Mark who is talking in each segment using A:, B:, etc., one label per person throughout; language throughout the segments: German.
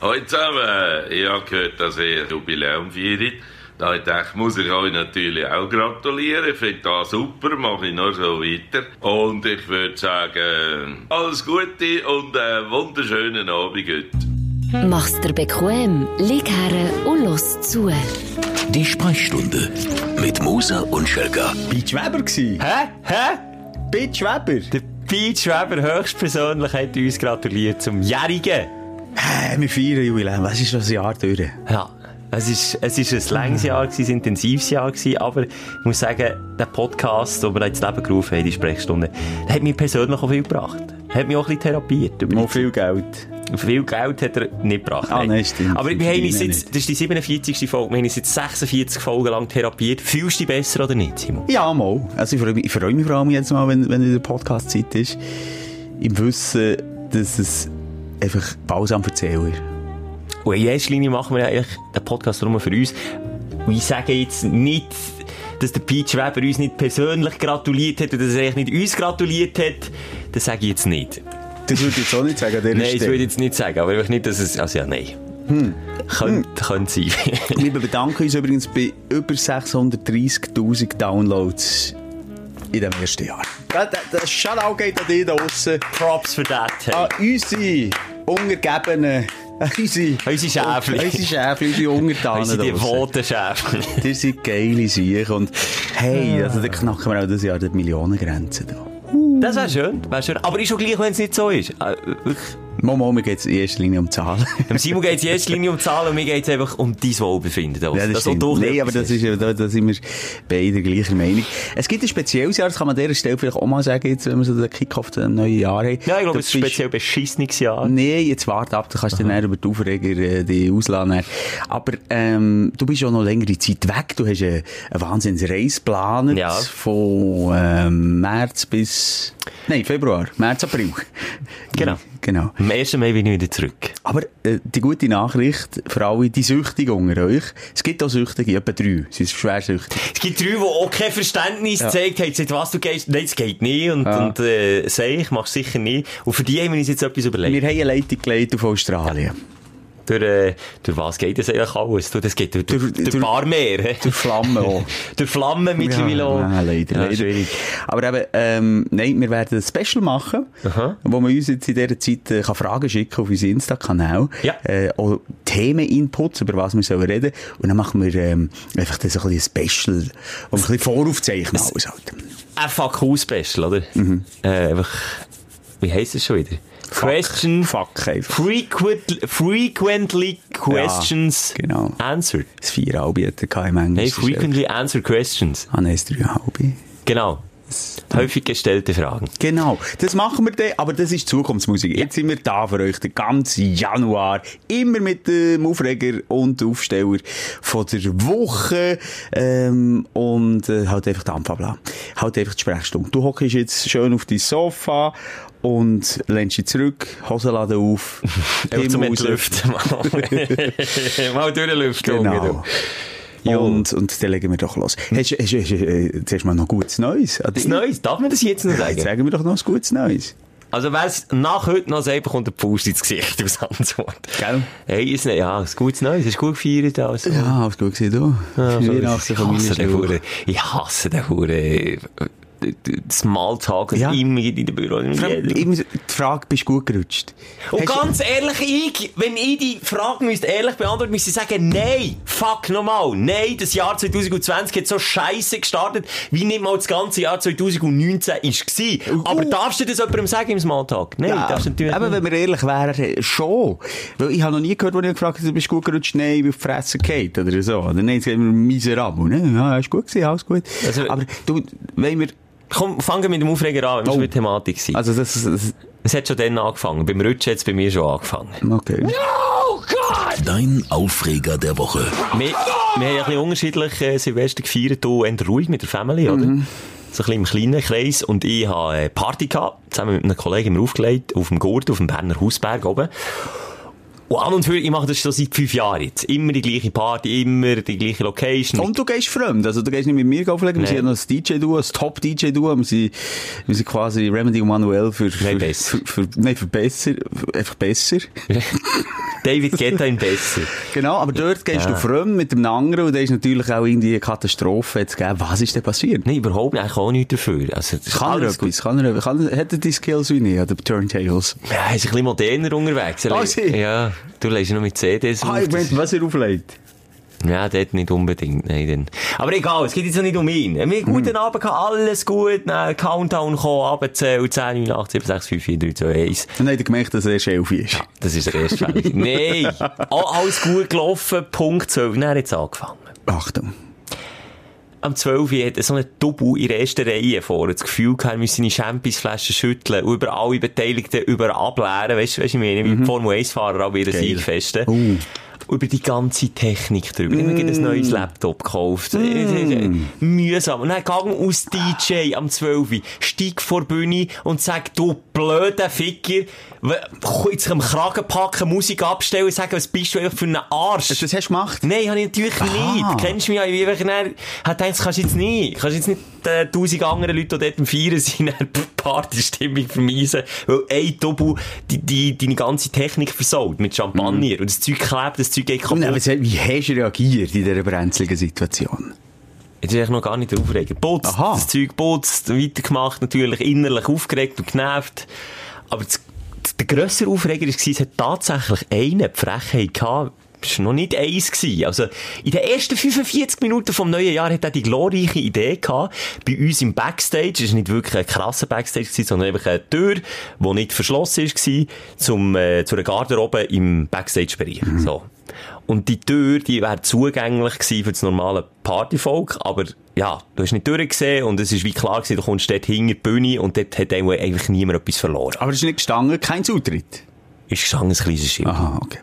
A: Hallo zusammen, ich habe gehört, dass ihr Jubiläum feiert. Da habe ich gedacht, muss ich euch natürlich auch gratulieren. Ich finde das super, mache ich noch so weiter. Und ich würde sagen, alles Gute und einen wunderschönen Abend heute.
B: Mach's dir bequem, lieg her und los zu.
C: Die Sprechstunde mit Musa und Schelga.
D: Beach Weber gsi.
E: Hä? Hä?
D: Beach Weber.
E: Der Beach Weber höchstpersönlich hat uns gratuliert zum Jährigen.
D: Äh, wir feiern Jubiläum. Was ist schon ein Jahr durch?
E: Ja. Es ist, es ist ein langes Jahr, gewesen, ein intensives Jahr, gewesen, aber ich muss sagen, der Podcast, den wir ins Leben gerufen haben, die Sprechstunde, der hat mich persönlich auch viel gebracht. Hat mich auch ein bisschen therapiert. Über
D: Noch viel Geld.
E: Viel Geld hat er nicht gebracht.
D: Ah, nein, stimmt.
E: Aber wir
D: Stimmt,
E: haben uns
D: nein,
E: jetzt, das ist die 47. Folge, wir haben uns jetzt 46 Folgen lang therapiert. Fühlst du dich besser oder nicht, Simon?
D: Ja, mal. Also ich freue mich, ich freue mich vor allem jetzt mal, wenn, wenn wieder Podcast-Zeit ist. Im Wissen, dass es einfach balsam für die Seele ist.
E: Und in erster Linie machen wir eigentlich den Podcast nur für uns. Und ich sage jetzt nicht, dass der Peach Weber uns nicht persönlich gratuliert hat oder dass er eigentlich nicht uns gratuliert hat. Das sage ich jetzt nicht.
D: Das würde ich jetzt auch nicht sagen an dieser
E: Nein, das
D: Stelle.
E: würde ich jetzt nicht sagen, aber einfach nicht, dass es... Also ja, nein.
D: Hm.
E: Könnte, könnte sein.
D: Wir bedanken uns übrigens bei über 630'000 Downloads in dem ersten Jahr. Das, das, das Shoutout geht an dich da draussen.
E: Props für das. Hey.
D: An unsere Untergebenen. An Unsere,
E: Unsere Schäfli.
D: Unsere Schäfli, unsere Untertanen.
E: Unsere
D: da draussen.
E: devoten Schäfer.
D: Die sind geile Siege und hey, also da knacken wir auch das Jahr die Millionengrenze da.
E: Das wäre schön, wäre schön. Aber ist schon gleich, wenn es nicht so ist. Äh, wirklich.
D: Momo, mir geht es in erster Linie um Zahlen.
E: Dem Simon geht es in erster Linie um Zahlen und mir geht es einfach um dein Wohlbefinden. Also,
D: Ja, das
E: auch
D: stimmt.
E: du
D: Nein,
E: etwas
D: aber das
E: hast.
D: ist, ja- da, da sind wir beide gleicher Meinung. Es gibt ein spezielles Jahr, das kann man an dieser Stelle vielleicht auch mal sagen, jetzt, wenn wir so den Kick-Off zu einem neuen Jahr haben.
E: Ja, ich glaube,
D: Da
E: es ist ein
D: bist-
E: speziell beschissenes Jahr.
D: Nein, jetzt warte ab, du kannst dann eher über die Aufreger äh, die ausladen. Aber ähm, du bist ja noch längere Zeit weg. Du hast eine, eine Wahnsinnsreise geplant.
E: Ja.
D: Von ähm, März bis... Nein, Februar. März, April.
E: Genau.
D: genau.
E: Am 1. Mai bin ich wieder zurück.
D: Aber äh, die gute Nachricht für alle, die Süchtigen unter euch. Es gibt auch Süchtige, etwa drei. Sie sind schwer süchtig.
E: Es gibt drei, die auch kein Verständnis gezeigt haben, gesagt, was du gehst. Nein, das geht nicht. Und,
D: Ja.
E: und äh, sag ich, mach's sicher nicht. Und für die haben wir uns jetzt etwas überlegt.
D: Wir haben eine Leitung geleitet auf Australien.
E: Durch, äh, durch was geht das eigentlich alles? Du, Das geht durch, durch,
D: Durch-
E: durch,
D: durch-
E: Barmeer. hä?
D: Durch Flammen auch.
E: durch Flammen mittlerweile auch.
D: Ja, leider,
E: Ja,
D: leider.
E: schwierig.
D: Aber eben, ähm, nein, wir werden ein Special machen, wo man uns jetzt in dieser Zeit äh, kann Fragen schicken auf unseren Insta-Kanal.
E: Ja.
D: Äh, auch Themeninputs, über was wir sollen reden. Und dann machen wir ähm, einfach das ein bisschen ein Special, wo wir ein bisschen voraufzeichnen alles halt.
E: Ein FAQ-Special, oder?
D: Mhm.
E: Äh, einfach, wie heisst das schon wieder? Question.
D: Fuck einfach.
E: Frequent, frequently questions
D: genau.
E: answered.
D: Das Vierhalbe hat er gehabt im Englisch.
E: Nein, frequently answered questions.
D: Ah, nein, das Dreihalbe.
E: Genau. Häufig gestellte Fragen.
D: Genau, das machen wir dann, aber das ist Zukunftsmusik. Jetzt sind wir da für euch, den ganzen Januar, immer mit dem Aufreger und dem Aufsteller von der Woche ähm, und äh, halt einfach die Anfabla, halt einfach die Sprechstunde. Du hockst jetzt schön auf dein Sofa und lehnst dich zurück, Hosenladen auf,
E: Einfach zum
D: Himmel raus.
E: Entlüften. Mal, mal durchlüften.
D: Genau.
E: Genau.
D: Und, und dann legen wir doch los. Hast, hast, hast, hast, äh, zuerst mal noch gutes Neues. an
E: Hm. Das
D: dich?
E: Neues, darf man das jetzt noch
D: Jetzt
E: sagen?
D: sagen wir doch noch ein gutes Neues.
E: Also wer es nach heute noch sagt, bekommt ein Pust ins Gesicht aus Antwort.
D: Gell?
E: Hey, ist nicht, ja, ein gutes Neues, ist gut gefeiert. Also.
D: Ja, alles gut gesehen, du.
E: Ja, so ist es.
D: Ah, Weihnachten,
E: ich hasse den
D: Familiensteuer.
E: Hure, ich hasse den Hure, äh, äh, Smalltalk,
D: Ja.
E: ja. immer in den Büro. in
D: Vor allem,
E: jedem-
D: ich muss- Die Frage, bist du gut gerutscht?
E: Und
D: Hast-
E: ganz ehrlich, ich, wenn ich die Frage müsste ehrlich beantworten müsste, ich sagen, nein, fuck nochmal, nein, das Jahr 2020 hat so scheiße gestartet, wie nicht mal das ganze Jahr 2019 war. Aber
D: Uh.
E: darfst du das jemandem sagen im Smalltalk? Nein,
D: Ja,
E: darfst du natürlich
D: aber
E: nicht.
D: wenn wir ehrlich wären, schon. Weil ich habe noch nie gehört, wo ich gefragt habe, bist du gut gerutscht? Nein, ich bin auf die Fresse gefallen oder so. Oder nein, jetzt sind wir miserabel. Ne? Ja, ist gut gewesen, alles gut.
E: Also-
D: aber du, wenn wir,
E: Komm, fangen wir mit dem Aufreger an, wir müssen
D: Oh.
E: mit der Thematik sein.
D: also das, das
E: es hat schon dann angefangen, beim Rutschen hat es bei mir schon angefangen.
D: okay.
C: Dein Aufreger der Woche.
E: Wir, wir haben ja ein bisschen unterschiedlich äh, Silvester gefeiert, hier eher ruhig mit der Family, oder?
D: Mhm.
E: So ein bisschen im kleinen Kreis. Und ich habe äh, Party gehabt, zusammen mit einem Kollegen haben wir aufgelegt, auf dem Gurt, auf dem Berner Hausberg oben. Und an und für, ich mache das schon seit fünf Jahren jetzt. Immer die gleiche Party, immer die gleiche Location.
D: Und du gehst fremd, also du gehst nicht mit mir auflegen, wir
E: Nein.
D: sind ja noch das DJ-Duo, das Top-DJ-Duo, wir sind, wir sind quasi Remedy und Manuel für, für,
E: Nein, besser.
D: für, für, nein, für besser, für, einfach besser.
E: David Guetta in besser.
D: Genau, aber dort gehst du fremd mit dem anderen und da ist natürlich auch irgendwie eine Katastrophe jetzt gegeben. Was ist denn passiert?
E: Nein, überhaupt nicht, ich kann auch nichts dafür. Also, das ist
D: Kann er
E: alles gut.
D: etwas? Kann er, kann, hat er die Skills wie nicht an den Turntables?
E: Ja, er ist ein bisschen moderner unterwegs. Er
D: Ah,
E: le-
D: sie? Ah,
E: Ja, du lässt ja noch mit CDs auf, das ist-
D: was er auflegt.
E: Ja, dort nicht unbedingt, nein, dann. Aber egal, es geht jetzt auch nicht um ihn. Wir haben einen guten Abend gehabt, alles gut, dann Countdown gekommen, abgezählt, 10, 9, 8, 7, 6, 5, 4, 3, 2, 1.
D: Dann hat er gemerkt, dass er Shelfie ist.
E: Das ist der erste Fehler. Nein! Oh, alles gut gelaufen, Punkt 12. Dann hat es angefangen.
D: Achtung.
E: Am 12. Uhr hat so ein Double in der ersten Reihe vorne das Gefühl gehabt, er müsse seine Championsflaschen schütteln und über alle Beteiligten über ableeren. Weißt du, weisst du, ich meine, wie die Formel-1-Fahrer auch wieder Sieg festen.
D: Uh.
E: Über die ganze Technik drüber. Ich habe mir gerade ein neues Laptop gekauft. Äh, Mühsam. Und dann gang aus DJ am 12. Uhr, steig vor die Bühne und sag, du blöder Ficker, w- jetzt am Kragen packen, Musik abstellen und sagen, was bist du eigentlich für ein Arsch?
D: Hast du das hast du gemacht?
E: Nein, habe ich natürlich nicht. Kennst du mich ja? Ich bin dann, hat gedacht, das kannst du jetzt nicht. Kannst jetzt nicht äh, tausend anderen Leute, die dort am Feiern sind, eine Partystimmung vermeisen. Weil ein Double die, die, deine ganze Technik versaut mit Champagner. Und das Zeug klebt, das Zeug geht
D: Nein, aber
E: kaputt.
D: jetzt, wie hast du reagiert in dieser brenzligen Situation?
E: Jetzt ist eigentlich noch gar nicht der Aufreger. Putzt,
D: Aha.
E: das Zeug putzt, weitergemacht, natürlich innerlich aufgeregt und genervt. Aber das, das, der grössere Aufreger war, es hat tatsächlich einen die Frechheit gehabt, es war noch nicht eins. Gewesen. Also, in den ersten 45 Minuten vom neuen Jahr hat er die glorreiche Idee gehabt, bei uns im Backstage, es war nicht wirklich ein krasser Backstage, gewesen, sondern einfach eine Tür, die nicht verschlossen war, zum, äh, zu einer Garderobe im Backstage-Bereich. So. Und die Tür, die wäre zugänglich gewesen für das normale Partyvolk, aber ja, du hast nicht durchgesehen und es ist wie klar gewesen, du kommst dort hinter die Bühne und dort hat irgendwo einfach niemand etwas verloren.
D: Aber es ist nicht gestanden, kein Zutritt.
E: Ist schon ein kleines Schild.
D: Aha, okay.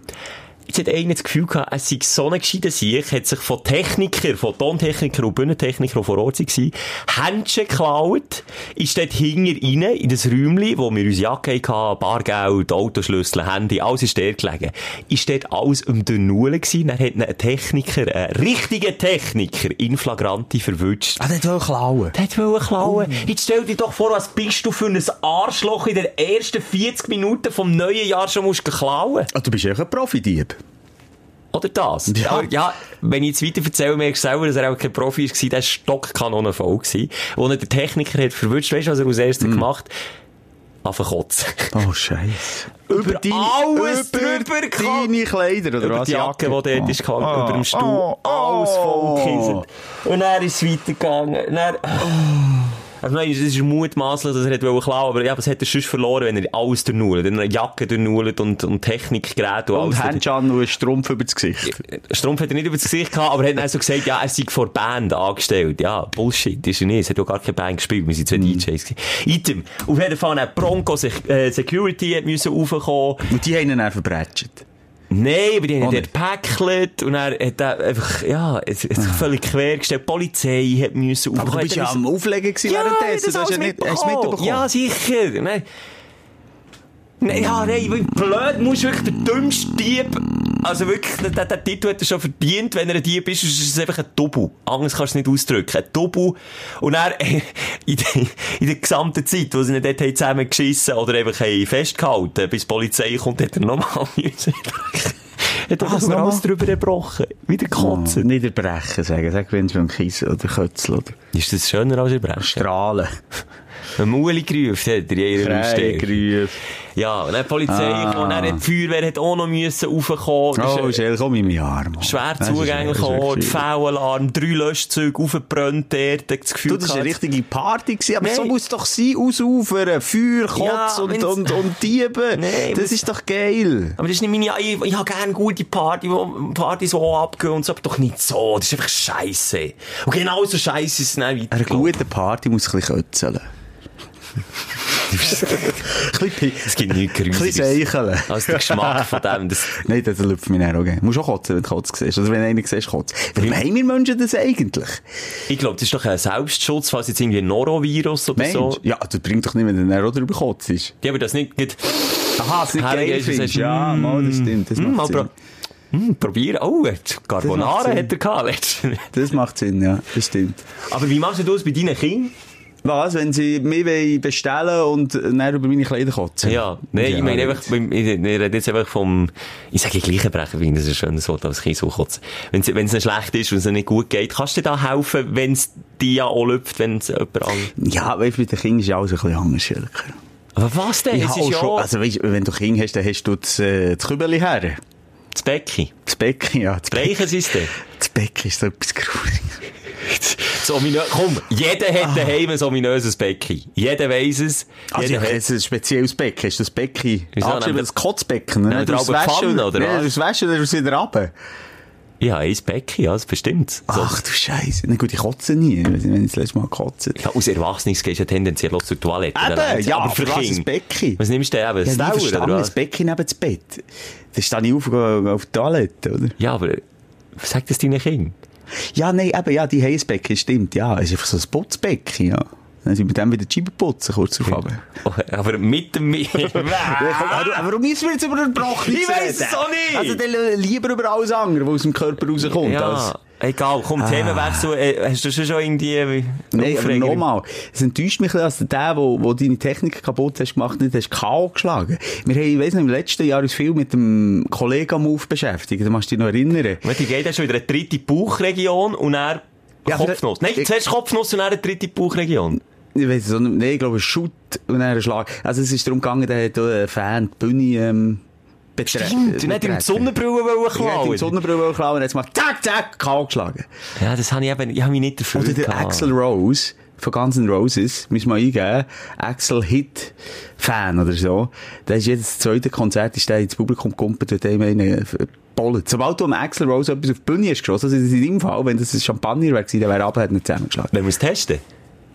E: Jetzt hat einer das Gefühl gehabt, es sei so ein gescheiter Sieg, hat sich von Technikern, von Tontechnikern und Bühnentechnikern, die vor Ort waren, Händchen geklaut, ist dort hinger rein, in das Räumchen, wo wir unsere Jacke hatten, Bargeld, Autoschlüssel, Handy, alles ist dort gelegen. Ist dort alles um den Nullen gewesen, dann hat ihn ein Techniker, ein richtiger Techniker, in Flagranti verwünscht.
D: Ah, der wollte klauen.
E: Der wollte klauen. Jetzt stell dir doch vor, was bist du für ein Arschloch in den ersten 40 Minuten vom neuen Jahr schon musst gehen klauen.
D: Ah, du bist echt ein Profidieb.
E: Oder das?
D: Ja.
E: Aber ja, wenn ich jetzt weiter erzähle, merkst du selber, dass er auch kein Profi war, der war stockkanonenvoll. gewesen, Wo er den Techniker hat verwünscht, weißt du, was er als erstes
D: Mm.
E: gemacht hat? Anfangen kotzen.
D: Oh, Scheiße. Über,
E: Über alles
D: über
E: drüber gekommen.
D: deine Ah. Kleider oder
E: Über
D: was?
E: die Jacke, die dort ist gehangen,
D: Oh.
E: über dem Stuhl.
D: Ah.
E: Alles voll gekieselt. Und dann ist es weitergegangen. Dann, Also nein, es ist mutmaßlich, dass er hat wollen klauen, aber ja, was hätte er sonst verloren, wenn er alles durchnullt? Dann eine Jacke durchnullt und, und Technikgeräte und,
D: Und
E: alles.
D: Handschan und ein Strumpf über das Gesicht.
E: Strumpf hat er nicht über das Gesicht gehabt, aber er hat dann so gesagt, ja, er sei vor Band angestellt. Ja, Bullshit, ist er nicht. Es hat auch gar keine Band gespielt, wir sind
D: Mhm.
E: zwei DJs gewesen. Item. Auf jeden Fall hat Bronco sich, äh, Security hat müssen raufkommen.
D: Und die haben ihn dann verbrätscht.
E: Nein, aber die
D: Oh,
E: haben
D: nee.
E: dort gepäckelt und er hat er einfach, ja, es, es sich völlig quer gestellt. Die Polizei hat müssen
D: Ah. Aber du
E: raufkommen,
D: bist
E: hat
D: ja
E: müssen-
D: am Auflegen gewesen
E: ja,
D: währenddessen. Du hast
E: alles
D: ja nicht hast du
E: mitbekommen.
D: mitbekommen.
E: Oh. Ja, sicher. Nein. Nein, ja, nein, wie blöd musst du wirklich der dümmste Dieb, also wirklich, der, der, der Titel hat er schon verdient, wenn er ein Dieb ist, ist es einfach ein Double. Anders kannst du es nicht ausdrücken. Ein Double. Und er, in, der- in der gesamten Zeit, wo sie ihn dort haben zusammen geschissen oder einfach haben festgehalten, bis die Polizei kommt, hat er nochmal müssen. Hat er
D: Was,
E: sogar alles
D: nochmal?
E: drüber erbrochen. Wieder gekotzt.
D: Nicht erbrechen sagen. Sag, wenn es von Kiesel oder Kötzel oder
E: Ist das schöner als ihr Bremsen?
D: Strahlen.
E: Wenn Muli gerufen hat, er in ihrer Ausstellung.
D: Krähengrüf.
E: Ja, und dann die Polizei
D: Ah.
E: kam, dann hat die Feuerwehr hat auch noch müssen raufkommen. Das
D: Oh,
E: ist, äh,
D: Schell, komm in meinen Arm. Mann.
E: Schwer
D: Das ist- das
E: zugänglich
D: ist
E: auch,
D: wirklich-
E: V-Alarm, drei Löschzüge, aufgebrannt dort, hat das Gefühl
D: Du, das war eine
E: gehabt,
D: richtige Party, gewesen, aber
E: Nein.
D: so muss es doch sein, ausufern, Feuer, Kotz
E: Ja,
D: und,
E: wenn's-
D: und, und Diebe.
E: Nein,
D: das
E: wenn's-
D: ist doch geil.
E: aber das ist nicht meine, ich, ich habe gerne gute Party, wo- Partys, die auch abgehen und so, aber doch nicht so, das ist einfach scheisse. Und genau so scheisse ist es dann
D: Eine
E: weitergelaufen.
D: gute Party muss ein bisschen kötzeln. ein bisschen,
E: Es gibt nichts
D: ein bisschen
E: Grüßiges.
D: seicheln.
E: Also der Geschmack von dem, das,
D: Nein, das läuft mir nicht auch. Du musst auch kotzen, wenn du Kotz siehst. Oder wenn einer siehst, Kotz. Warum haben wir Menschen das eigentlich?
E: ich glaube, das ist doch ein Selbstschutz, falls jetzt irgendwie ein Norovirus oder
D: Mensch,
E: so.
D: ja, das bringt doch nicht, wenn der auch drüber kotzt ist.
E: Die haben das nicht, nicht
D: Aha, es nicht
E: Herr
D: geil
E: Jesus,
D: findest.
E: hast-
D: Ja, mal, das stimmt, das
E: Hm,
D: macht
E: aber-
D: Sinn.
E: hm, probieren. Oh,
D: Das macht
E: Carbonara
D: Sinn.
E: hat er gehabt letztens.
D: Das macht Sinn, ja, das stimmt.
E: Aber wie machst du das bei deinen Kindern?
D: Was, wenn sie mich wollen bestellen und dann über meine Kleider kotzen?
E: Ja, nee, ich meine einfach, beim- ich ich rede jetzt einfach vom, ich sage gleich Brecher, weil das ist ein schönes Wort, aber es kann so kurz. Wenn es nicht schlecht ist und es nicht gut geht, kannst du dir da helfen, wenn es dir ja auch läuft, wenn es jemand anderes...
D: Ja, weißt du, mit den Kindern ist ja alles ein bisschen anders, ehrlich gesagt.
E: Aber was denn?
D: Ich
E: es
D: habe
E: ist
D: auch
E: ja
D: schon,
E: auch
D: also weißt, wenn du Kinder hast, dann hast du das, äh, das Kübeli her.
E: das Becken.
D: Das Becken, ja. Das, Becken-
E: Reichen sie es denn?
D: das Becken ist so etwas Gruseliges.
E: Das ominö- Komm, jeder hat daheim ein ominöses Becken. Jeder weiss es.
D: Ah. Also ja,
E: jeder
D: es ist ein spezielles Becken, ist das Becken,
E: Ah, Wieso?
D: angeschrieben
E: Nehmen-
D: das Kotzbecken. Dann
E: Nehmen wir
D: tust du
E: aber
D: es waschen,
E: Pfanne, oder
D: nee,
E: was?
D: tust du es waschen, dann tust du es wieder runter.
E: Ja, ein Becken, ja, das bestimmt. So.
D: Ach du Scheiße. Na gut, ich kotze nie, wenn ich wenn ich das letzte Mal gekotzt habe.
E: Ja, aus Erwachsenes gehst du ja tendenziell auch zur Toilette.
D: Eben,
E: dann längt's.
D: ja,
E: aber für
D: aber was,
E: Kinder.
D: ein Becken?
E: Was nimmst du denn
D: Ja,
E: eben? Ein
D: ich
E: Dauer, oder
D: verstehe das
E: was?
D: Becken neben das Bett. Dann stehe ich auf und gehe auf die Toilette, oder?
E: Ja, aber sag das deinen Kindern.
D: Ja, nein, eben, ja, die Heisbecken, stimmt, ja. Es ist einfach so ein Putzbecken, ja. Dann sind wir dann wieder die Scheibe putzen, kurz darauf runter.
E: Oh, aber mit dem...
D: Warum, warum müssen wir jetzt über den Broch
E: Ich weiss es auch nicht.
D: Also dann äh, lieber über alles andere, was aus dem Körper rauskommt. Als,
E: ja, Ah. egal. Komm, Themenwechsel. Äh, hast du schon schon irgendwie... äh,
D: Nein, aber
E: Aufreger?
D: nochmal. Es enttäuscht mich, ein bisschen, dass du den, wo, wo deine Technik kaputt hast gemacht, nicht hast K.O. geschlagen. Wir haben, ich weiss nicht, im letzten Jahr uns viel mit dem Kollega-Move beschäftigt. Du musst dich noch erinnern.
E: Wenn die geht, hast du wieder eine dritte Bauchregion und dann...
D: Ja, aber-
E: Kopfnuss. Nein,
D: Ich-
E: zuerst Kopfnuss und dann eine dritte Bauchregion.
D: Ich weiss es auch nicht. Nein, ich glaube, ein Shoot und dann ein Schlag. Also es ist darum gegangen, der hat auch einen Fan die Bühne, ähm, betre-
E: Stimmt, und
D: betreten.
E: nicht im Sonnenbrille
D: Er
E: wollen
D: hat ihm die
E: klauen.
D: Sonnenbrille geklaut und hat mal zack, zack, K.O. geschlagen.
E: Ja, das habe ich eben, ich habe mich nicht dafür
D: Oder der
E: gehabt.
D: Axel Rose von Guns N' Roses, müssen wir eingeben, Axel Hit Fan oder so. Der ist jedes zweite Konzert, ist der ins Publikum gekumpelt und dem einen Bollen. Sobald du am Axel Rose etwas auf die Bühne hast geschossen, also in deinem Fall, wenn das ein Champagner wäre, gewesen, dann wäre er abhängig nicht zusammengeschlagen.
E: Wenn wir es testen,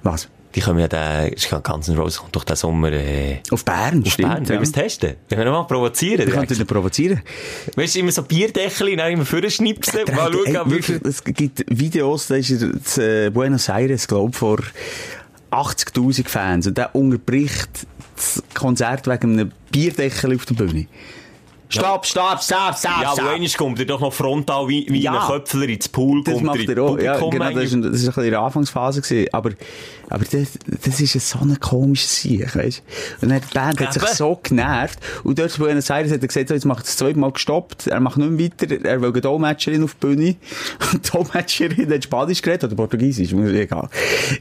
D: Was?
E: die kommen ja den, ist kein ganzen Rose, kommt doch den Sommer, äh,
D: Auf Bern,
E: auf
D: stimmt.
E: Bern. Wenn wir es testen, wenn wir mal provozieren.
D: Wir könnten
E: direkt.
D: ihn provozieren.
E: Weißt du, immer so Bierdeckel, dann immer vorne schnipsen,
D: Der
E: mal
D: hat- ey,
E: schauen, wie
D: wirklich,
E: viel...
D: es gibt Videos, da ist er in Buenos Aires, glaube ich, vor 80.000 Fans und der unterbricht das Konzert wegen einem Bierdeckel auf der Bühne. Stopp, stopp, stopp, stopp,
E: Ja, aber
D: stopp.
E: einmal kommt er doch noch frontal wie, wie
D: Ja.
E: ein Köpfler ins Pool,
D: das
E: kommt
D: macht
E: ins
D: er auch. Ja,
E: Publikum
D: genau, das
E: eigentlich.
D: war das ist ein bisschen in der Anfangsphase. Gewesen. Aber, aber das, das ist ein so ein komisches Sieg, weißt du? Und dann hat die Band hat sich
E: Eben.
D: so genervt. Und dort bei Buenos Aires hat er gesagt, so, jetzt macht er das zweite Mal gestoppt, er macht nicht mehr weiter, er will eine Dolmetscherin auf die Bühne. Und die Dolmetscherin hat Spanisch geredet oder Portugiesisch, mir ist egal.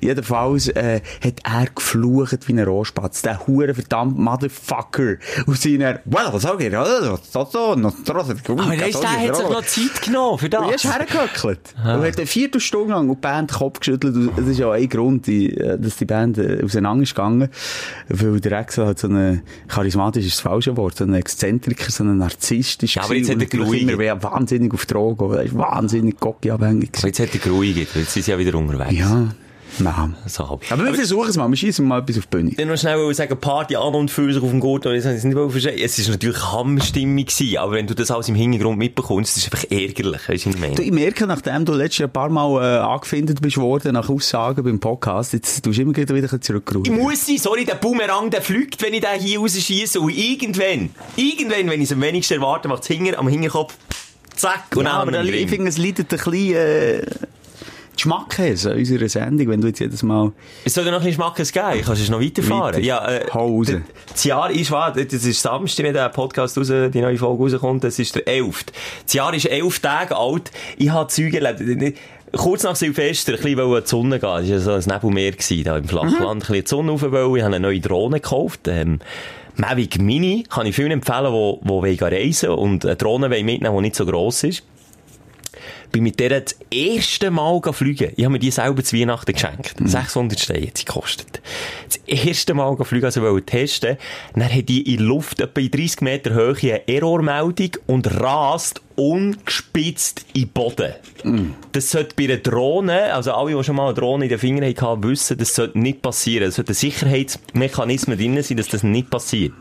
D: Jedenfalls äh, hat er geflucht wie ein Rohrspatz. Der hure verdammt Motherfucker. Und sie dann, well, was soll ich?
E: Aber
D: Aber
E: der ist- der hat sich noch Zeit genommen für
D: Und
E: das.
D: er ist hergehöckelt. Und hat eine Viertelstunde lang und die Band den Kopf geschüttelt. Und das ist ja auch ein Grund, die, äh, dass die Band äh, auseinander ist gegangen. Weil der Axel halt so ein charismatisch ist das falsche Wort, so ein Exzentriker, so ein Narzisst ist.
E: Ja, aber
D: gewesen
E: jetzt
D: und
E: hat er
D: natürlich
E: geruhigt.
D: immer wer wahnsinnig auf Drogen. Er ist wahnsinnig cocky-abhängig.
E: Aber
D: gewesen.
E: jetzt hat er geruhigt, jetzt Also, sind sie ja wieder unterwegs.
D: Ja, nein.
E: So halb.
D: Aber wir versuchen es mal. Wir schießen mal etwas auf die Bühne.
E: dann noch schnell wollte sagen, Party an und für sich auf dem Gurt, und ich habe es nicht verstehen. Es war natürlich Hammerstimmung, gewesen, aber wenn du das alles im Hintergrund mitbekommst, das ist einfach ärgerlich, weißt du, was
D: Du,
E: ich meine?
D: ich merke, nachdem du letztes Jahr ein paar Mal äh, angefindet bist worden, nach Aussagen beim Podcast, jetzt tust du immer wieder ein bisschen
E: Ich
D: zurückgerufen.
E: muss sein, sorry, der Boomerang, der fliegt, wenn ich den hier rausschieße. Und irgendwann, irgendwann, wenn ich es am wenigsten erwarte, macht es hinger, am Hinterkopf, zack, und
D: Ja,
E: dann
D: aber
E: am
D: ich, ich finde, es leidet ein bisschen äh, die Schmackes an unserer Sendung, wenn du jetzt jedes Mal...
E: Es soll dir noch ein bisschen Schmackes geben, kannst du noch weiterfahren.
D: Weiter.
E: Ja, äh,
D: Hau raus.
E: d- Das Jahr ist, warte, das ist Samstag, wenn der Podcast raus, die neue Folge rauskommt, das ist der 11. Das Jahr ist 11 Tage alt, ich habe Züge erlebt. Kurz nach Silvester, ein bisschen wollte an die Sonne gehen, es war so ein Nebelmeer gewesen, da im Flachland, ein bisschen die Sonne rauf wollen, ich habe eine neue Drohne gekauft, ähm, Mavic Mini, kann ich vielen empfehlen, die, die wollen gehen reisen und eine Drohne wollen mitnehmen, die nicht so gross ist bin mit der das erste Mal gegangen fliegen. Ich habe mir die selber zu Weihnachten geschenkt. 600 Steine hat sie gekostet. Das erste Mal gegangen fliegen, also wollte testen. Dann hat die in der Luft etwa in 30 Meter Höhe eine Errormeldung und rast ungespitzt in den Boden. Das sollte bei einer Drohne, also alle, die schon mal eine Drohne in den Fingern hatten, wissen, das sollte nicht passieren. Es sollten Sicherheitsmechanismen drin sein, dass das nicht passiert.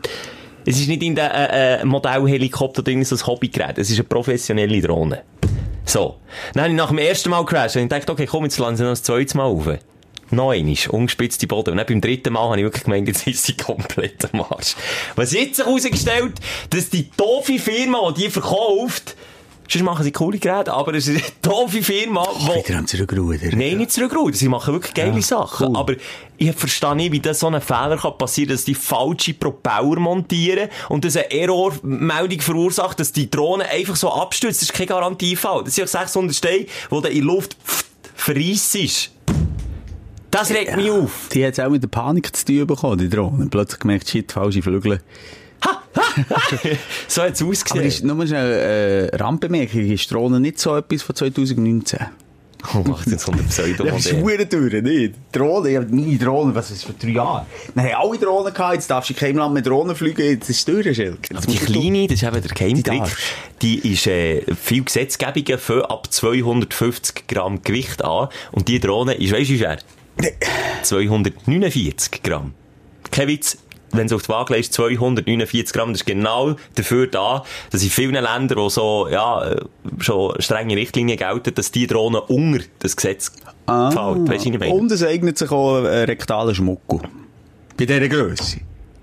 E: Es ist nicht in der äh, äh, Modellhelikopter oder irgendwie so ein Hobbygerät. Es ist eine professionelle Drohne. So. Dann habe ich nach dem ersten Mal crashed und ich dachte, okay, komm, jetzt landen sie noch das zweite Mal rauf. Neun ist ungespitzte Boden. Und dann beim dritten Mal habe ich wirklich gemeint, jetzt ist sie komplett am Arsch. Was jetzt sich herausgestellt, dass die doofe Firma, die die verkauft, Sonst machen sie coole Geräte, aber es ist eine doofe Firma, die...
D: Wieder am Zurückrudern.
E: Nein, nicht zurückrudern. Sie machen wirklich geile Sachen.
D: cool.
E: Aber ich verstehe nicht, wie das so ein Fehler kann passieren dass die falsche Propeller montieren und das eine Errormeldung verursacht, dass die Drohne einfach so abstürzt. Das ist kein Garantiefall. Das sind ja 600 Steine, die dann in die Luft pff, verrissen ist. Das regt mich auf.
D: Die hat auch mit der Panik zu tun bekommen, die Drohne. Plötzlich gemerkt, shit, falsche Flügel.
E: So hat es
D: Aber
E: ausgesehen.
D: ist, nur mal schnell, äh, Randbemerkung, ist die Drohne nicht so etwas von 2019?
E: Oh, macht jetzt kommt der
D: Ja,
E: Pseudo-Modell.
D: schwuren Türen, nicht? Drohne, ja, meine Drohne, was ist vor drei Jahren? Dann haben alle Drohnen gehabt, jetzt darfst du in keinem Land mehr Drohnen fliegen, jetzt ist es teurer, Schild.
E: Aber Also die kleine, das ist eben der Geheimtrick,
D: darfst.
E: die, ist, äh, viel Gesetzgebungen fangen ab 250 Gramm Gewicht an. Und die Drohne ist, weisst du, wie schwer? 249 Gramm. Kein Witz. Wenn es auf die Waage legst, 249 Gramm, das ist genau dafür da, dass in vielen Ländern, wo so, ja, äh, schon strenge Richtlinien gelten, dass die Drohne unter das Gesetz ah, fällt. Weißt du, wie ich meine?
D: Und es eignet sich auch ein rektaler Schmuckel. Bei dieser Grösse.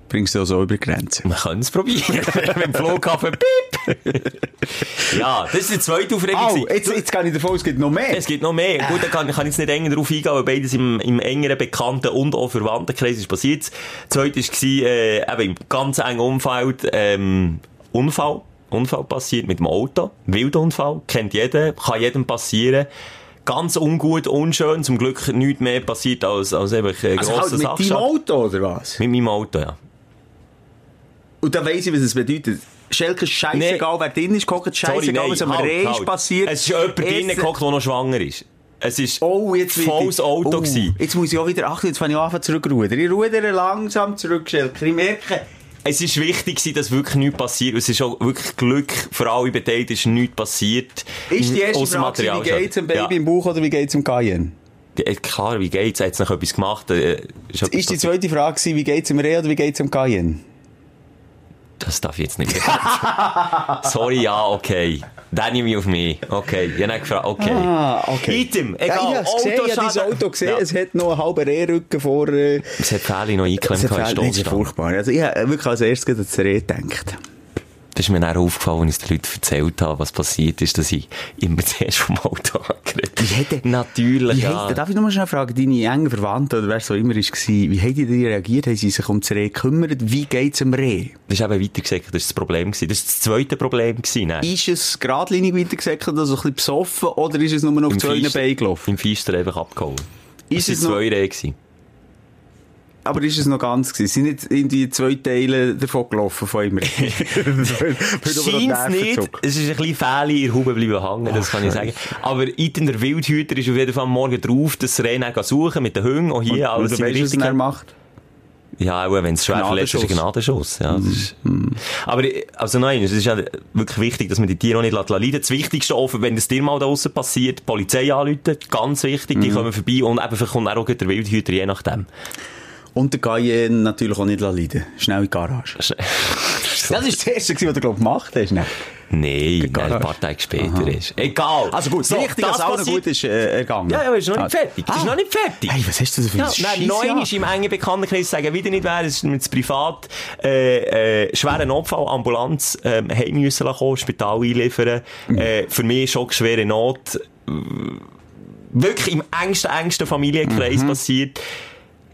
D: Bringst du auch so über die Grenze.
E: Man kann es probieren. Mit dem Flughafen, piep! ja, das ist die zweite Aufregung.
D: Au,
E: gewesen.
D: jetzt, jetzt gehe ich davon, es gibt noch mehr.
E: Es gibt noch mehr. Gut, da kann, kann ich jetzt nicht enger darauf eingehen, weil beides im, im engeren Bekannten- und auch Verwandtenkreis ist passiert. Zweites war, äh, eben im ganz engen Umfeld, ähm, Unfall. Unfall passiert mit dem Auto. Wildunfall. Kennt jeder. Kann jedem passieren. Ganz ungut, unschön. Zum Glück nichts mehr passiert als, als eben äh,
D: also
E: grosser
D: halt mit deinem
E: Sachschaden.
D: Auto, oder was?
E: Mit meinem Auto, ja.
D: Und dann weiss ich, was es bedeutet. Schelke, scheißegal, wer drin ist, gehockt, scheißegal, was am Reh ist passiert.
E: halt, Es ist jemand drinnen
D: Jetzt-
E: gehockt, der noch schwanger ist. Es ist
D: Oh, jetzt wird
E: volles
D: ich-
E: Auto
D: Oh,
E: gewesen.
D: Jetzt muss ich auch wieder achten, jetzt fange ich an anfangen zurückrudern. Ich rudere langsam zurück, Schelke. Ich merke,
E: Es ist wichtig gewesen, dass wirklich nichts passiert. Es ist auch wirklich Glück für alle Beteiligten, ist nichts passiert.
D: ist die erste Frage, gewesen, wie
E: Ausser Materialschaden.
D: geht's dem Baby
E: Ja.
D: im Bauch oder wie geht's dem Cayenne?
E: Die- äh, Klar, wie geht's? Hat's noch etwas gemacht? Äh, Ist, etwas
D: Ist die
E: passiert?
D: zweite Frage gewesen, wie geht's dem Reh oder wie geht's dem Cayenne?
E: Das darf ich jetzt nicht. Sorry, ja, okay. Dann nehme ich auf mich. Okay, ich habe nicht gefragt. Okay. Item, egal.
D: Ah, Ja, ich hab's gesehen, ich hab dein
E: Autoschaden.
D: Auto gesehen,
E: Ja.
D: es hat noch einen halben Rehrücken vor... Äh,
E: Es hat Fähli noch
D: es
E: eingeklemmt.
D: hat
E: gehabt,
D: Fälle- Nein, das ist
E: Stoßstange.
D: furchtbar. Also ich habe wirklich als erstes an das Reh gedacht.
E: Das ist mir dann aufgefallen, als ich den Leuten erzählt habe, was passiert ist, dass ich immer zuerst vom Auto angeredet
D: hätte-
E: Natürlich,
D: Wie
E: ja.
D: hat, darf ich noch mal schnell fragen, deine engen Verwandten oder wer es so immer ist, gewesen, wie haben die denn reagiert? Haben sie sich um das Reh gekümmert? Wie geht's dem Reh?
E: Das ist eben weitergesagt, das ist das Problem gewesen. Das ist das zweite Problem gewesen, ne?
D: Ist es geradlinig weitergesäckelt, also ein bisschen besoffen, oder ist es nur noch auf zwei Beinen gelaufen?
E: Im Feister einfach abgehauen.
D: Ist
E: das
D: es noch-
E: waren zwei Rehe gewesen.
D: Aber ist es noch ganz gewesen? Sind nicht irgendwie zwei Teile davon gelaufen von ihm?
E: Scheint's
D: Scheint
E: nicht. Es ist ein bisschen Fehler in der Haube bleiben hängen, das kann ich sagen. Aber Iten, der Wildhüter, ist auf jeden Fall morgen dus drauf, das Reh dann suchen mit den Hüngen, auch Oh, hier,
D: Ja,
E: alles
D: alles
E: in der
D: weißt, was
E: richtigen-
D: er macht.
E: Ja, auch wenn es schwer verletzt ist, ein Gnadenschuss. Ja,
D: Mm,
E: dus- das ist, Aber, äh, also nein, es ist ja wirklich wichtig, dass man die Tiere auch nicht leiden lässt. Das Wichtigste offen, wenn das dir mal da draussen passiert, die Polizei anrufen, ganz wichtig,
D: Mm.
E: die kommen vorbei und eben kommt auch gleich der Wildhüter, je nachdem.
D: Und der Cayenne natürlich auch nicht leiden. Schnell in die Garage. Das ist das Erste, gewesen, was du glaub, gemacht hast. ne?
E: Nein,
D: Egal.
E: nein, ein paar Tage später ist. Egal.
D: Also gut,
E: So,
D: wichtig, dass
E: das
D: alles
E: passiert-
D: gut ist äh, ergangen.
E: Ja, ja, ist noch nicht
D: Ah.
E: fertig. Ist noch nicht fertig.
D: Hey, was hast du denn für ein
E: Ja, nou, nein,
D: Scheissjahr?
E: neun ist im engen Bekanntenkreis, sagen wieder nicht wer, es ist mit privat, äh, äh, schweren Notfall, Ambulanz, ähm, heim müssen lassen kommen, Spital einliefern, äh, für mich schon schwere Not, äh, wirklich im engsten, engsten Familienkreis passiert.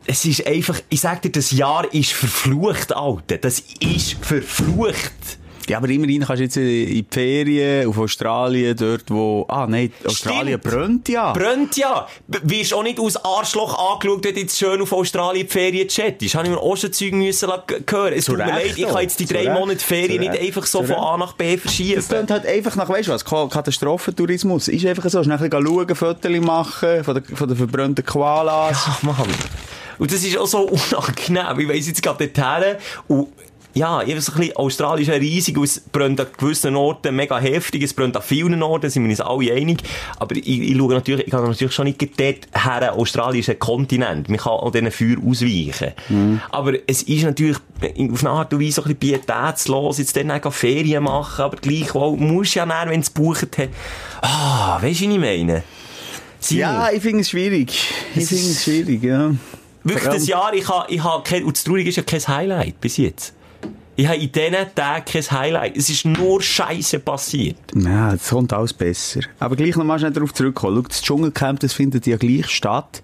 E: Es ist einfach, ich sag dir, das Jahr ist verflucht, Alter. Das ist verflucht.
D: Ja, aber immerhin kannst du jetzt äh, in die Ferien, auf Australien, dort wo... Ah, nein, Australien brennt ja.
E: Brennt ja. B- Wirst auch nicht aus Arschloch angeschaut, wenn du jetzt schön auf Australien die Ferien chattest. Habe ich mir auch schon Zeug müssen la- g- hören. Es tut mir
D: Recht
E: leid, ich
D: auch.
E: kann jetzt die
D: Zu
E: drei
D: Recht.
E: Monate Ferien
D: Zu
E: nicht
D: Recht.
E: einfach so
D: Zu
E: von
D: Recht.
E: A nach B
D: Es
E: verschieben.
D: tönt halt einfach nach, weißt du was, Ka- Katastrophentourismus. Ist einfach so, schnell ein bisschen schauen, Fotos machen von den, von den verbrannten Koalas.
E: Ach Mann. Und das ist auch so unangenehm. Ich weiss jetzt gerade dorthin und ja, ich weiss ein bisschen, Australien ist ja riesig und es brennt an gewissen Orten mega heftig, es brennt an vielen Orten, sind wir uns alle einig. Aber ich, ich schaue natürlich, ich kann natürlich schon nicht gerade dort her, Australien ist ein Kontinent, man kann an diesen Feuer ausweichen. Aber es ist natürlich in- auf eine Art und Weise so ein bisschen pietätslos, jetzt dann auch Ferien machen, aber gleichwohl musst du ja dann, wenn du es bucht hast, ah, weisst du, was ich meine? Simon.
D: Ja, ich finde es schwierig. Ich
E: Es
D: finde es
E: ist-
D: schwierig, ja.
E: Wirklich,
D: Vor allem-
E: das Jahr, ich habe, ich habe kein, und das Traurige ist ja kein Highlight bis jetzt. Ich habe in diesen Tagen kein Highlight. Es ist nur Scheiße passiert.
D: Ja, es kommt alles besser. Aber gleich nochmal schnell darauf zurückkommen. Schau, das Dschungelcamp, das findet ja gleich statt.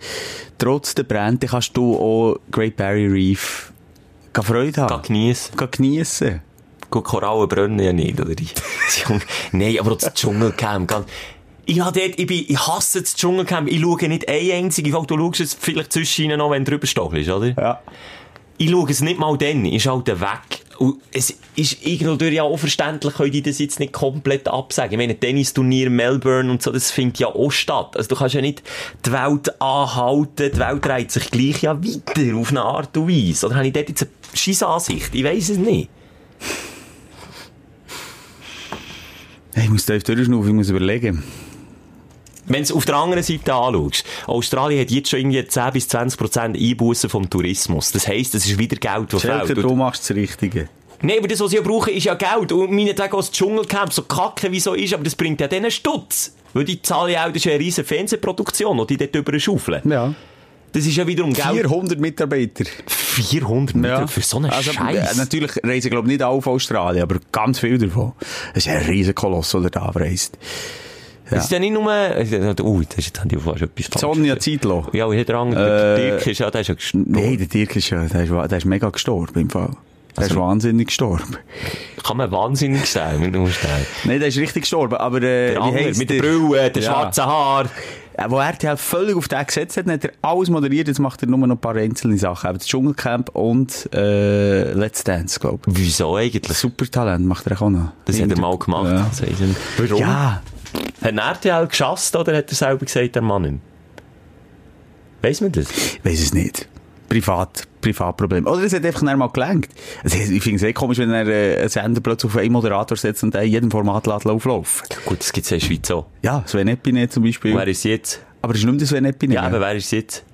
D: Trotz der Brände kannst du auch Great Barrier Reef gehen Freude
E: Geh
D: haben.
E: geniessen.
D: Geh geniessen.
E: Gut, Korallen brennen ja nicht, oder? Die- das Dschungel- Nein, aber auch das Dschungelcamp. ganz- Ich, hab dort, ich, bin, ich hasse das Dschungelcamp. Ich schaue nicht eine einzige Folge. Du schaust es vielleicht zwischen noch, wenn du drüber stochelst, oder?
D: Ja.
E: Ich schaue es nicht mal dann. Ist halt weg. Und es ist irgendwo ja auch verständlich, können die das jetzt nicht komplett absagen. Ich meine, Tennisturnier Melbourne und so, das findet ja auch statt. Also du kannst ja nicht die Welt anhalten. Die Welt dreht sich gleich ja weiter, auf eine Art und Weise. Oder habe ich dort jetzt eine scheisse Ansicht? Ich weiss es nicht.
D: Hey, ich muss tief durchschnaufen, ich muss überlegen.
E: Wenn du es auf der anderen Seite anschaust, Australien hat jetzt schon irgendwie 10 bis 20 Prozent Einbußen vom Tourismus. Das heisst, es ist wieder Geld, das
D: Shelter,
E: fehlt.
D: du
E: Und-
D: machst das Richtige.
E: Nein, aber das, was sie ja brauchen, ist ja Geld. Und meinetwegen auch das Dschungelcamp, so kacke wie so ist, aber das bringt ja denen Stutz. Weil die zahlen ja auch, das ist ja eine riesen Fernsehproduktion, die die dort drüber schaufeln.
D: Ja.
E: Das ist ja wiederum Geld.
D: 400 Mitarbeiter.
E: 400 Meter für so einen
D: also, äh,
E: Scheiß.
D: Natürlich reisen, glaube ich, nicht alle auf Australien, aber ganz viel davon. Das ist ein riesen Koloss, der da abreist.
E: Das ist ja nicht nur... äh, Ui, das ist jetzt haben die fast etwas falsch.
D: Sonja Äh, Zeitlo.
E: Ja, und der andere, der Dirk ist ja, der ist ja gestorben.
D: Nein, der Dirk ist ja, der ist, wa- der ist mega gestorben im Fall. Der ist wahnsinnig gestorben.
E: Kann man wahnsinnig sein, wenn du musst sagen.
D: Nein, der ist richtig gestorben, aber äh,
E: Der
D: wie
E: andere,
D: heisst
E: mit der Brille, äh, der
D: Ja.
E: schwarzen Haar.
D: Äh, Wo RTL völlig auf den gesetzt hat, hat er alles moderiert, jetzt macht er nur noch ein paar einzelne Sachen. Eben das Dschungelcamp und äh, Let's Dance, glaube ich.
E: Wieso eigentlich?
D: Super Talent macht er auch noch.
E: Das hat er mal gemacht.
D: Ja.
E: Das weiss ich nicht. Warum?
D: Ja,
E: Hat er RTL geschasst oder hat er selber gesagt, der Mann nicht? Weiss man das?
D: weiß es nicht. Privat, Privatproblem. Oder es hat einfach nicht mal gelangt. Also, ich finde es eh komisch, wenn er äh, einen Sender plötzlich auf einen Moderator setzt und der in jedem Format lässt auflaufen.
E: Gut, das gibt's ja in der Schweiz auch.
D: Ja, Sven Epine zum Beispiel.
E: Wer ist jetzt?
D: Aber es ist nicht mehr der Sven Epine.
E: Ja, aber wer ist jetzt?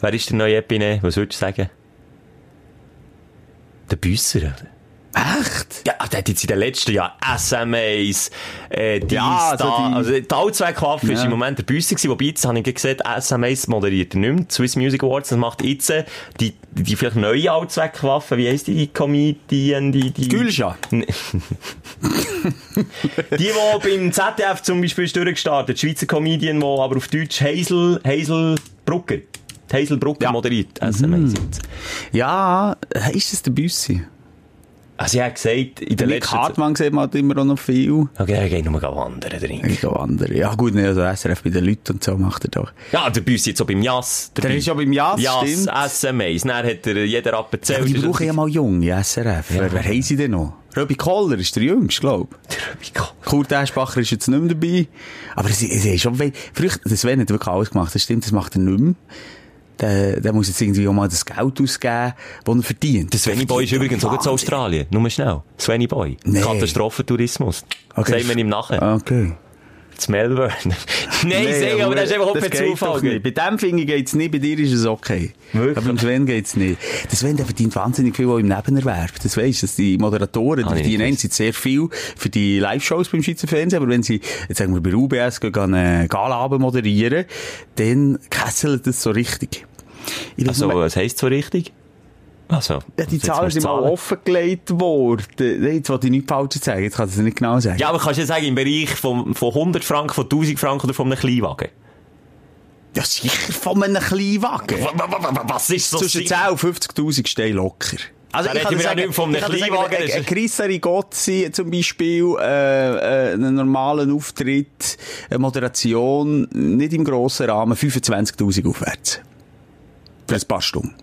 E: Wer ist der neue Epine? Was würdest du sagen? Der Büsser, oder?
D: Echt?
E: Ja, der hat jetzt in den letzten Jahren SMAs, äh, dies,
D: Ja, also
E: da,
D: die-
E: also die Allzweckwaffe ist
D: Ja.
E: im Moment der Büsser gewesen, wobei jetzt habe ich gesehen, SMAs moderiert er nicht mehr, die Swiss Music Awards, das macht jetzt äh, die, die vielleicht neue Allzweckwaffe, wie heisst die, die Comedian, die, die...
D: Gülscha.
E: Die, die beim ZDF zum Beispiel ist durchgestartet, die Schweizer Comedian, die aber auf Deutsch Hazel, Hazel Brucker, die Hazel Brucker moderiert,
D: Mhm.
E: SMAs jetzt.
D: Ja, äh, ist das der Büssi?
E: Also ich habe gesagt, in der
D: Der Nick
E: letzten...
D: Hartmann sieht man halt immer auch noch viel.
E: Okay, er geht nur wandern drin.
D: Äh, Ich auch andere. Ja gut, ne, also SRF bei den Leuten und so macht er doch.
E: Ja, der Büssi jetzt auch beim Jass.
D: Der ist ja beim Jas,
E: Jass,
D: stimmt.
E: SMAs. Dann hat er eh, jeder dus
D: Aber
E: abgezählt.
D: die brauchen äh, ja mal junge SRF. Wer, wer haben sie denn noch? Robbie Koller ist der Jüngste, glaube ich. Kurt Eschbacher ist jetzt nicht mehr dabei. Aber sie, sie ist schon... we- Früher, der Sven hat wirklich alles gemacht, das stimmt, das macht er nicht mehr. Der, der muss jetzt irgendwie auch mal das Geld ausgeben, das er verdient.
E: Der Svenny Boy ist übrigens auch zu Australien. Nur mal schnell. Svenny Boy.
D: Ah, Nee. Ah.
E: Katastrophentourismus.
D: Okay.
E: Sehen wir ihm nachher.
D: Okay.
E: Zu Melbourne. Nein, sehen, aber das ist einfach auch per
D: das geht doch
E: Zufall.
D: nicht. Bei dem Finger geht's nicht, bei dir ist es okay.
E: Wirklich?
D: Aber beim Sven geht's nicht. Der Sven, der verdient wahnsinnig viel auch im Nebenerwerb. Das weisst du, dass die Moderatoren, die
E: ich nicht
D: verdienen
E: gewusst.
D: einerseits sehr viel für die Live-Shows beim Schweizer Fernsehen, aber wenn sie, jetzt sagen wir, bei UBS gehen, gehen äh, Galaben moderieren, dann kesselt das so richtig. Ich weiss
E: Also,
D: nicht,
E: was heisst so richtig? Ah, Also,
D: ja, die
E: jetzt
D: Zahlen
E: musst du
D: sind mal offengelegt worden. Nein, Jetzt wollte ich nichts Falsches sagen, jetzt kann ich es nicht genau sagen.
E: Ja, aber kannst du ja sagen, im Bereich von, von 100 Franken, von 1000 Franken oder von einem Kleinwagen?
D: ja sicher von einem kleinen Wagen.
E: Wa- wa- wa- wa- Was ist so
D: Zwischen
E: sicher?
D: 10.000 und 50.000 stehen locker. Also
E: Da reden wir ja nicht von einem
D: ich kann dir
E: Kleinwagen,
D: sagen,
E: das
D: ein- ein
E: ist-
D: Chris Arigozzi zum Beispiel, äh, äh, einen normalen Auftritt, eine Moderation, nicht im grossen Rahmen, 25'000 aufwärts. Für ein paar Stunden.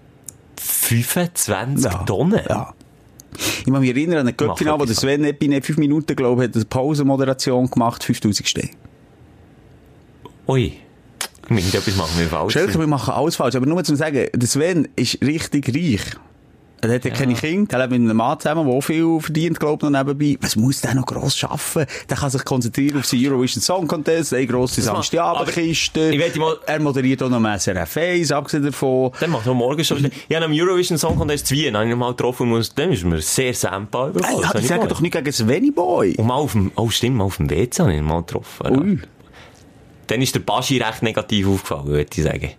E: 25
D: Ja.
E: Tonnen?
D: Ja. Ich muss mich erinnern an ein Göppfinal, wo der
E: etwas
D: Sven Epine 5 Minuten, glaube ich, hat eine Pausenmoderation gemacht, 5'000 stehen.
E: Ui. Irgendetwas machen wir falsch.
D: Schelker, wir machen alles falsch. Aber nur zum sagen, der Sven ist richtig reich. Er hat ja keine Kinder, er lebt mit einem Mann zusammen, der auch viel verdient, glaube ich, noch nebenbei. Was muss der noch gross schaffen? Der kann sich konzentrieren auf seinen Eurovision Song Contest, eine grosse
E: macht-
D: Samstagabendkiste.
E: aber ich Oh, wette mal-
D: Er moderiert auch noch am SRF 1, abgesehen davon.
E: Dann macht er morgen schon. Ich habe am Eurovision Song Contest in Wien, habe ich ihn mal getroffen und dann ist mir sehr Sampa
D: Ey,
E: überkommen.
D: ich sage doch nicht gegen Sveni Boy.
E: Und mal auf dem, oh stimmt, mal auf dem WC habe ich ihn mal getroffen.
D: Ui.
E: Dann ist der Baschi recht negativ aufgefallen, würde ich sagen.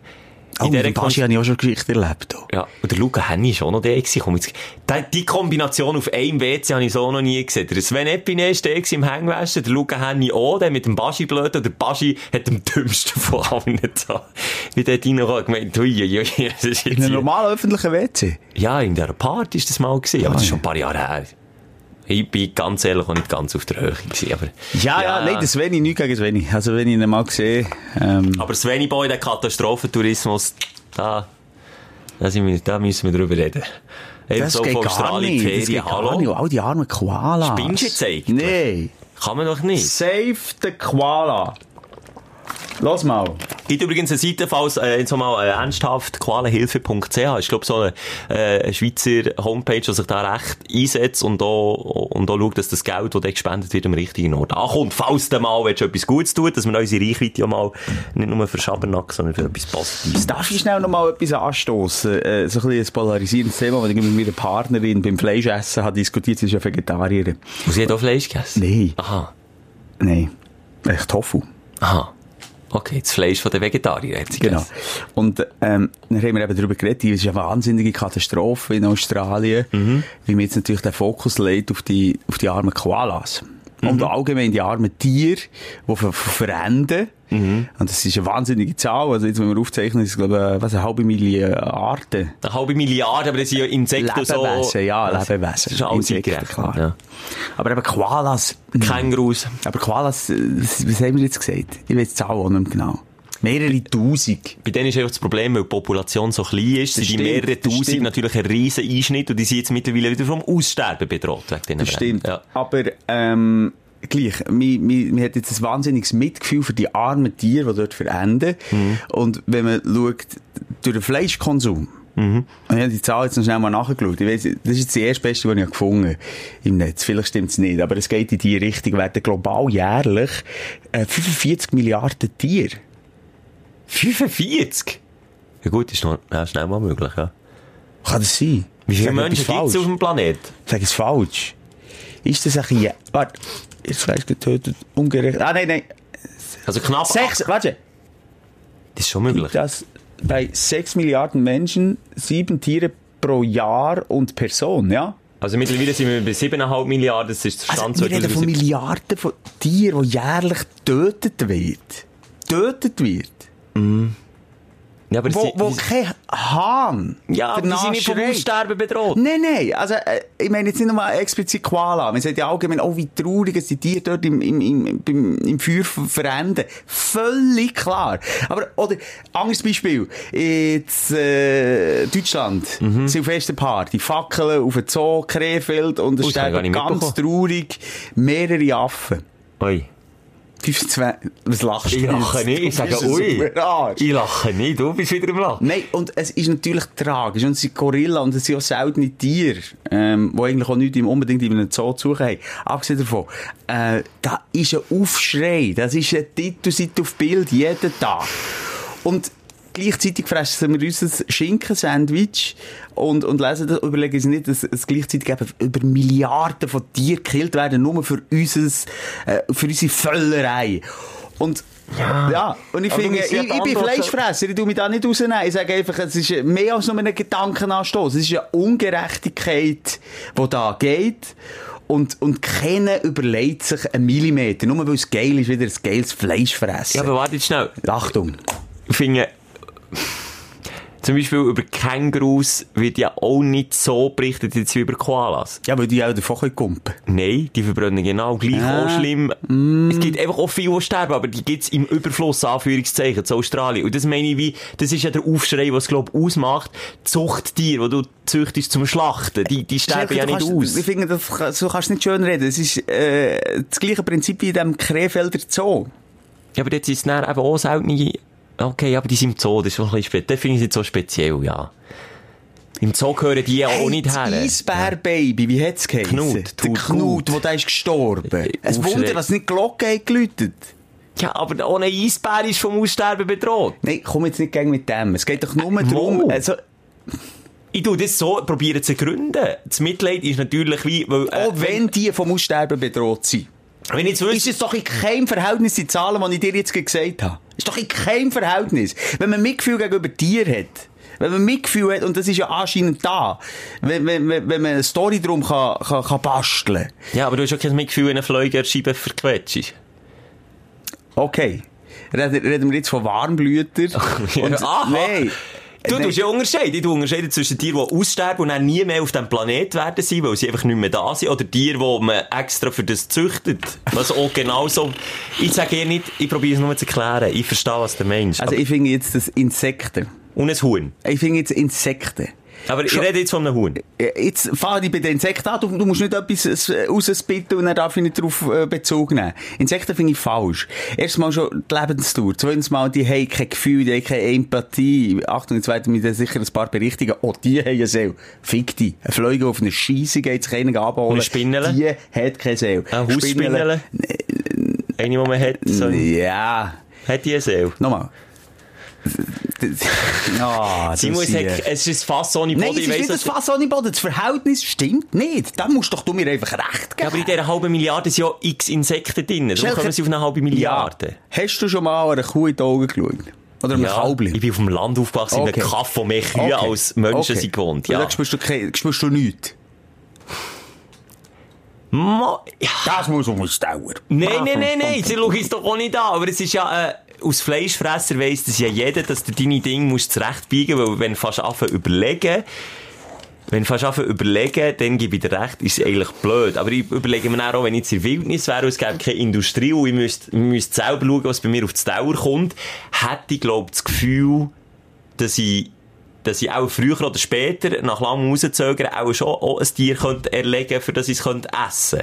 D: Oh,
E: in
D: mit
E: dieser
D: dem Baschi habe ich auch schon Geschichte erlebt. auch.
E: Ja, und der Luca Henni war auch noch der. gewesen. Komm, jetzt, die, die Kombination auf einem WC habe ich so noch nie gesehen. Der Sven Epine war der gewesen im Hängwäsche, der Luca Henni auch, der mit dem Baschi blöd, und der Baschi hat den dümmsten von allen da. Wie der reingekommen ich meinte, ui, ui, ui, das ist jetzt
D: In einem
E: hier-
D: normalen öffentlichen WC.
E: Ja, in der Party war das mal, gewesen,
D: Ah,
E: aber das ist schon ein paar Jahre her. Ich bin ganz ehrlich auch nicht ganz auf der Höhe gewesen, aber...
D: Ja, ja, nein, das Sveni, nichts gegen Sveni. Also, wenn ich ihn mal sehe, ähm,
E: Aber Sveni Boy, der Katastrophentourismus, da, da, sind wir, da müssen wir drüber reden. Eben
D: das
E: so
D: geht
E: von
D: gar
E: Australien,
D: nicht.
E: Ferien,
D: Das geht
E: hallo.
D: gar nicht. All die armen Koalas.
E: Spinnst du jetzt eigentlich?
D: Nein.
E: Kann man doch nicht.
D: Save the Koala. Los mal.
E: Gibt übrigens eine Seite, falls äh, jetzt mal äh, ernsthaft qualenhilfe.ch ist, glaube so eine äh, Schweizer Homepage, die sich da recht einsetzt und da, und da schaut, dass das Geld, das da gespendet wird, am richtigen Ort ankommt. Falls du mal willst, etwas Gutes tut, dass wir unsere Reichweite ja mal nicht nur für Schabernack, sondern für etwas Positives.
D: Darf ich schnell noch mal etwas anstoßen? Äh, so ein bisschen ein polarisierendes Thema, das ich mit meiner Partnerin beim Fleischessen habe diskutiert. Sie ist ja Vegetarierin.
E: Muss ich auch Fleisch gegessen?
D: Nein.
E: Aha.
D: Nein. Echt Tofu.
E: Aha. Okay, das Fleisch von den Vegetarier hat sie
D: Genau.
E: gegessen.
D: Und ähm, dann haben wir eben darüber geredet, es ist eine wahnsinnige Katastrophe in Australien, wie man jetzt natürlich den Fokus legt auf die, auf die armen Koalas. Und allgemein die armen Tiere, die ver ver verenden. Und das ist eine wahnsinnige Zahl. Also jetzt, wenn wir aufzeichnen, ist es, glaube ich, was, eine halbe Milliarde Arten.
E: Eine halbe Milliarde, aber das sind ja Insekten so...
D: Lebewesen, ja, Lebewesen.
E: Das ist alles
D: Insekten,
E: eingerechnet,
D: klar.
E: ja.
D: Aber eben Koalas.
E: Kängurus.
D: Mhm. Aber Koalas, äh, das- was haben wir jetzt gesagt? Ich weiß die Zahl auch nicht mehr genau. Mehrere Tausend.
E: Bei denen ist einfach das Problem, weil die Population so klein ist, sind die
D: stimmt,
E: mehrere
D: das
E: Tausend
D: stimmt.
E: natürlich ein riesen Einschnitt und die sind jetzt mittlerweile wieder vom Aussterben bedroht. Wegen diesen
D: Das
E: Bränden.
D: stimmt.
E: Ja.
D: Aber ähm, gleich, mir, mir, mir hat jetzt ein wahnsinniges Mitgefühl für die armen Tiere, die dort verenden.
E: Mhm.
D: Und wenn man schaut, durch den Fleischkonsum,
E: Mhm.
D: Und ich habe die Zahl jetzt noch schnell mal nachgeschaut. Ich weiss, das ist jetzt die erste Beste, die ich gefunden habe im Netz. Vielleicht stimmt es nicht, aber es geht in die Richtung. Werden global jährlich äh, 45 Milliarden Tiere.
E: 45? Ja gut, ist noch ja, schnell mal möglich, ja.
D: Kann das sein?
E: Wie viele
D: Sag ich
E: Menschen
D: etwas
E: gibt es auf
D: falsch?
E: dem Planeten?
D: Sag es falsch. Ist das ein bisschen... Warte, jetzt wärst getötet, ungerecht. Ah, nein, nein.
E: Also knapp...
D: Sechs, warte.
E: Das ist schon möglich.
D: dass bei 6 Milliarden Menschen sieben Tiere pro Jahr und Person, ja?
E: Also mittlerweile sind wir bei 7,5 Milliarden, das ist der
D: Also,
E: Stand
D: wir reden von
E: 2007.
D: Milliarden von Tieren, die jährlich getötet wird. Getötet wird.
E: Ja, aber
D: Wo,
E: sie-
D: wo kein Hahn
E: ja, aber die
D: danach
E: sind nicht vom
D: schreit.
E: Aussterben bedroht.
D: Nein, nein, also äh, ich meine jetzt nicht nur explizit Koala, man sagt ja allgemein, oh wie traurig, dass die Tiere dort im, im, im, im, im Feuer ver- verenden. Völlig klar. Aber, oder, anderes Beispiel, jetzt äh, Deutschland,
E: Mhm.
D: Silvesterparty, Fackeln auf den Zoo, Krefeld und es
E: Ui, das hab ich gar
D: sterben
E: nicht
D: ganz traurig mehrere Affen.
E: Oi.
D: 25, was lachst du
E: Ich lache
D: jetzt?
E: nicht, ich
D: Du
E: sage
D: bist ein
E: ui.
D: Superarsch.
E: Ich lache nicht, du bist wieder im Lachen.
D: Nein, und es ist natürlich tragisch. Und es sind Gorilla und es sind auch seltene Tiere, ähm, die eigentlich auch nicht im- unbedingt in einem Zoo zu suchen haben. Abgesehen davon, äh, da ist ein Aufschrei, das ist ein Titelseite auf Bild, jeden Tag. Und gleichzeitig fressen wir uns ein Schinkensandwich und, und lesen das, überlegen uns nicht, dass es gleichzeitig eben über Milliarden von Tieren gekillt werden, nur für, unseres, äh, für unsere Völlerei. Und ja. und ich
E: Aber du
D: finde, ich,
E: musst ja
D: ich
E: die
D: bin
E: Antwort-
D: Fleischfresser. Besser, ich tu mich da nicht rausnehmen. Ich sage einfach, es ist mehr als nur ein Gedankenanstoß. Es ist eine Ungerechtigkeit, die da geht. Und, und keiner überlegt sich einen Millimeter. Nur weil es geil ist, wieder ein geiles Fleisch fressen.
E: Ja, aber warte jetzt schnell.
D: Achtung.
E: Ich finde, zum Beispiel über Kängurus wird ja auch nicht so berichtet jetzt wie über Koalas.
D: Ja, weil die auch davon kumpen
E: Nein, die verbrennen genau gleich
D: Ah,
E: auch schlimm. Es gibt einfach auch viele, die sterben, aber die gibt's im Überfluss, Anführungszeichen, zu Australien. Und das meine ich wie, das ist ja der Aufschrei, was glaub ausmacht. Zuchttier, wo du züchtest zum Schlachten, die, die sterben ja nicht aus.
D: Ich finde, das, kann- so kannst du nicht schön reden. Es ist äh, das gleiche Prinzip wie in dem Krefelder Zoo.
E: Ja, aber jetzt ist es dann eben auch seltene, okay, aber die sind im Zoo, das ist schon ein bisschen speziell. Das finde ich jetzt so speziell, ja. Im Zoo gehören die ja auch
D: Hey,
E: Oh, nicht
D: das
E: her.
D: Eisbär-Baby, wie hat's geheißen?
E: Knut,
D: Der
E: tut
D: Knut,
E: gut.
D: der da ist gestorben.
E: Äh,
D: Ein Wunder,
E: aufschrecken.
D: dass nicht die Glocke hat geläutet.
E: Ja, aber ohne Eisbär ist vom Aussterben bedroht.
D: Nein, komm jetzt nicht gegen mit dem. Es geht doch nur
E: Äh, wo?
D: darum, also,
E: Ich tu das so,
D: Oh,
E: probiere zu gründen. Das Mitleid ist natürlich wie, weil, äh,
D: auch wenn die vom Aussterben bedroht sind.
E: Wenn ich jetzt wüsste,
D: Ist es doch in keinem Verhältnis die Zahlen, die ich dir jetzt gesagt habe. Ist doch in keinem Verhältnis. Wenn man Mitgefühl gegenüber dir hat, wenn man Mitgefühl hat, und das ist ja anscheinend da, wenn, wenn, wenn wenn man eine Story drum kann, kann, kann basteln.
E: ja, aber du hast auch kein Mitgefühl, wenn eine Fleugerscheibe verquetscht ist.
D: Okay. Reden, reden wir jetzt von Warmblüter. Und,
E: Aha.
D: Nein.
E: Du
D: Nein.
E: tust ja unterscheiden. Du unterscheidest zwischen Tieren, die aussterben und dann nie mehr auf dem Planet werden sein, weil sie einfach nicht mehr da sind, oder Tiere, die man extra für das züchtet. Was auch genauso... Ich sage eher nicht, ich probiere es nur zu erklären. Ich verstehe, was der Mensch...
D: Also
E: Also,
D: ich finde jetzt das Insekten.
E: und ein Huhn.
D: Ich finde jetzt Insekten.
E: Aber ich rede jetzt von einem Huhn.
D: Äh, Jetzt fahre ich bei den Insekten an. Du, du musst nicht etwas äh, rausspitten und dann darf ich nicht darauf äh, Bezug nehmen. Insekten finde ich falsch. Erstmal schon die Lebensdauer. Zweitens mal, die haben kein Gefühl, die haben keine Empathie. Achtung, jetzt werden wir da sicher ein paar berichtigen. Oh, die haben eine Seele. Fick die. Eine Fliege auf eine Scheisse geht es keinen abholen.
E: Eine Spinnele?
D: Die hat keine Seele.
E: Eine Hausspinnele. Eine, die man hat, so,
D: Spinnele? Ja.
E: hat die eine Seele.
D: Nochmal. Oh,
E: Simon, es, hat, es ist ein Fass ohne Boden.
D: Nein, es
E: ich
D: ist
E: weiss,
D: nicht das
E: dass-
D: Fass ohne Boden. Das Verhältnis stimmt nicht. Da musst doch du mir einfach recht
E: Ja,
D: geben.
E: aber in dieser halben Milliarde sind ja x Insekten drin. Darum
D: Schelke-
E: kommen sie auf eine halbe Milliarde.
D: Hast du schon mal einer Kuh in die Augen geschaut? Oder einem
E: ich
D: Kalbli?
E: bin auf dem Land aufgewachsen, in
D: Okay.
E: einem Kaff, wo mehr Kühe als Menschen sind gewohnt. Ja.
D: Da spürst du, kein- spürst du nichts.
E: Ma ja.
D: Das muss man uns dauern.
E: Nein, nein, nein, nein, sie schauen es doch auch nicht an. Aber es ist ja, äh, als Fleischfresser weiss das ja jeder, dass du deine Dinge musst zurechtbiegen musst, weil wenn du fast anfangen überlegen, wenn du fast anfangen überlegen, dann gebe ich dir recht, ist es eigentlich blöd. Aber ich überlege mir dann auch, wenn ich jetzt in der Wildnis wäre und es gäbe keine Industrie und ich müsste, ich müsste selber schauen, was bei mir auf die Dauer kommt, hätte ich, glaube das Gefühl, dass ich dass ich auch früher oder später, nach langem Rauszögern, auch schon auch ein Tier könnte erlegen für das ich es könnte essen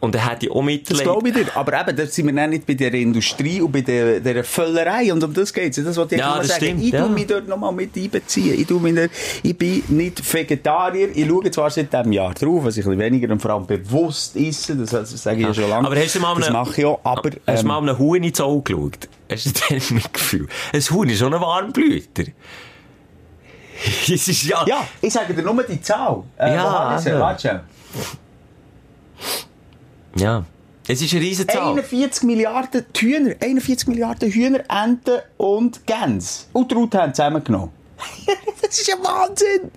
E: Und dann hätte ich auch
D: Das
E: Mitleid.
D: glaube ich dir. Aber eben, da sind wir dann nicht bei der Industrie und bei der, der Völlerei. Und um das geht es. Das wollte ich
E: Ja,
D: nochmal
E: das
D: sagen.
E: stimmt,
D: ich
E: ja.
D: tu mich dort nochmal mit einbeziehen. Ich, tu mich nicht, ich bin nicht Vegetarier. Ich schaue zwar seit diesem Jahr drauf, was ich ein bisschen weniger und vor allem bewusst esse. Das sage ich ja schon lange.
E: Aber hast du mal
D: das
E: einen-
D: mache ich auch. Aber,
E: Hast du
D: ähm,
E: mal einem Huhn ins Auge geschaut? Hast du denn mein Gefühl? Ein Huhn ist schon ein Warmblüter. Es ist ja...
D: ja, ich sage dir nur die Zahl. Äh,
E: Ja,
D: wo habe ich sie?
E: ja.
D: Warte schnell.
E: Ja. Es ist eine riesen Zahl.
D: 41 Milliarden Hühner, 41 Milliarden Hühner, Enten und Gänse. Und die Truthahn zusammengenommen. das ist ja Wahnsinn!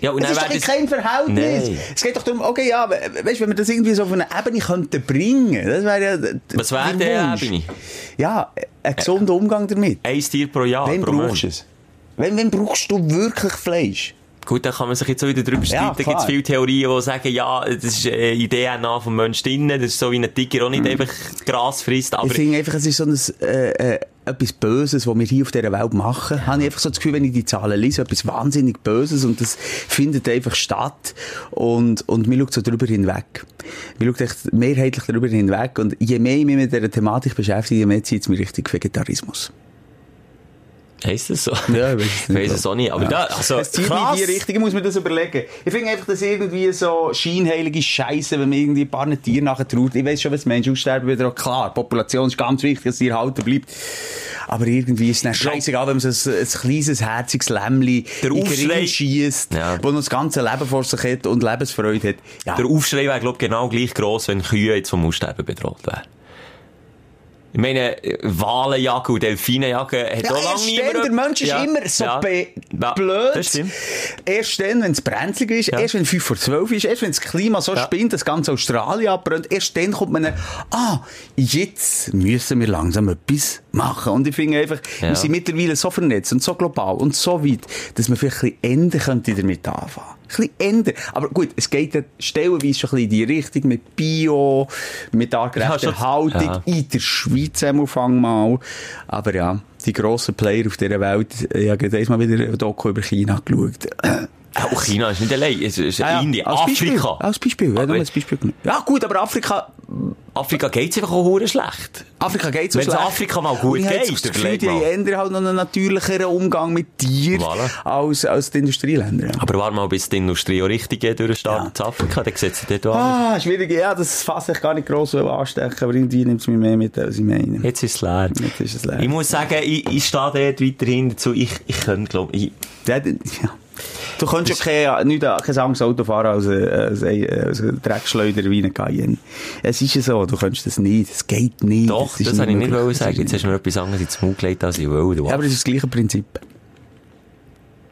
E: Ja, und
D: Es ist doch in
E: wird es-
D: keinem Verhältnis.
E: Nein.
D: Es geht doch darum, okay, ja, we- weißt, wenn wir das irgendwie so auf eine Ebene könnten bringen, das wäre ja d-
E: Was wäre
D: mein
E: der
D: Wunsch.
E: Ebene?
D: Ja, ein gesunder Umgang damit.
E: Ein Tier pro Jahr,
D: Wann
E: pro
D: brauchst du
E: Mensch.
D: es? Wann, wann brauchst du wirklich Fleisch?
E: Gut, da kann man sich jetzt auch wieder drüber streiten.
D: Ja,
E: da gibt es
D: klar.
E: viele Theorien, die sagen, ja, das ist äh, in der DNA vom Menschen drin. Das ist so wie ein Tiger, auch nicht einfach Gras frisst. Aber
D: ich finde einfach, Mhm. es ist so ein, äh, äh, etwas Böses, was wir hier auf dieser Welt machen. Habe ich einfach so das Gefühl, wenn ich die Zahlen lese, etwas wahnsinnig Böses und das findet einfach statt und, und mir schaut so drüber hinweg. Mir schaut echt mehrheitlich drüber hinweg und je mehr ich mich mit dieser Thematik beschäftige, je mehr zieht es mich richtig Vegetarismus.
E: heisst das so?
D: Ja, ich weiß es
E: ich
D: nicht.
E: weiß es auch nicht. Aber da, also,
D: Es zieht mich in
E: krass.
D: die Richtung, ich muss mir das überlegen. Ich finde einfach, dass irgendwie so scheinheilige Scheiße, wenn man irgendwie ein paar Tiere nachher traut. Ich weiß schon, was Menschen aussterben wieder auch klar. Die Population ist ganz wichtig, dass die erhalten bleibt. Aber irgendwie ist es dann scheißegal, wenn man so ein, ein kleines, herziges Lämmli
E: Der
D: in den Ring
E: Aufschrei-
D: schiesst,
E: Ja.
D: wo noch das ganze Leben vor sich hat und Lebensfreude hat. Ja.
E: Der Aufschrei wäre, glaube ich, genau gleich gross, wenn Kühe jetzt vom Aussterben bedroht wären. Ich meine, äh, Walen jagen und Delfine jagen hat
D: Ja,
E: auch lange
D: erst dann, der Mensch ist immer so be- blöd.
E: Das stimmt.
D: Erst dann, wenn es brenzlig ist,
E: Ja.
D: erst wenn 5 vor 12 ist, erst wenn das Klima so spinnt, dass ganz Australien abbrennt, erst dann kommt man, dann, ah, jetzt müssen wir langsam etwas machen. Und ich finde einfach,
E: Ja.
D: wir sind mittlerweile so vernetzt und so global und so weit, dass man vielleicht ein bisschen ändern könnte damit anfangen. Ein bisschen ändern. Aber gut, es geht ja stellenweise schon ein bisschen in die Richtung mit Bio, mit artgerechter
E: schon-
D: Haltung,
E: Ja.
D: in der Schweiz am Anfang mal. Aber ja, die grossen Player auf dieser Welt, ich habe gerade einmal wieder ein Doku über China geschaut.
E: Auch Äh, China ist nicht allein. Es ist
D: Ah Ja, ja,
E: Indien,
D: als Beispiel,
E: Afrika.
D: Als Beispiel, ja,
E: Aber-
D: nur als Beispiel genommen. Ja gut, aber Afrika,
E: Afrika geht's einfach auch hure schlecht.
D: Afrika geht so
E: Wenn's
D: schlecht.
E: Afrika mal gut
D: Und ich habe jetzt
E: geht,
D: das Gefühl,
E: überleg
D: die
E: mal.
D: ändern halt noch einen natürlicheren Umgang mit Tieren
E: Voilà.
D: als, als die Industrieländer.
E: Aber warte mal, bis die Industrie auch richtig durchstartet in Afrika, dann sieht sie dort an.
D: Ah, schwierig, ja, das fasse ich gar nicht gross anstecken, aber irgendwie nimmt es mich mehr mit, als ich meine.
E: Jetzt ist es leer.
D: Jetzt ist es leer.
E: Ich muss sagen, ich, ich stehe dort weiterhin dazu. Ich, ich könnte, glaube ich,
D: Ja, d- ja. Du kannst ja kein, nicht, kein anderes Auto fahren als ein, als ein, als ein Dreckschleuder wie ein Cayenne. Es ist ja so, du kannst das nicht. Es geht nicht.
E: Doch,
D: Es
E: das,
D: ist
E: habe ich nicht
D: möglich.
E: wollen
D: Es ist
E: sagen. Jetzt
D: nicht-
E: hast du mir etwas anderes ins Maul gelegt, als ich wollte.
D: Ja, aber das ist das gleiche Prinzip.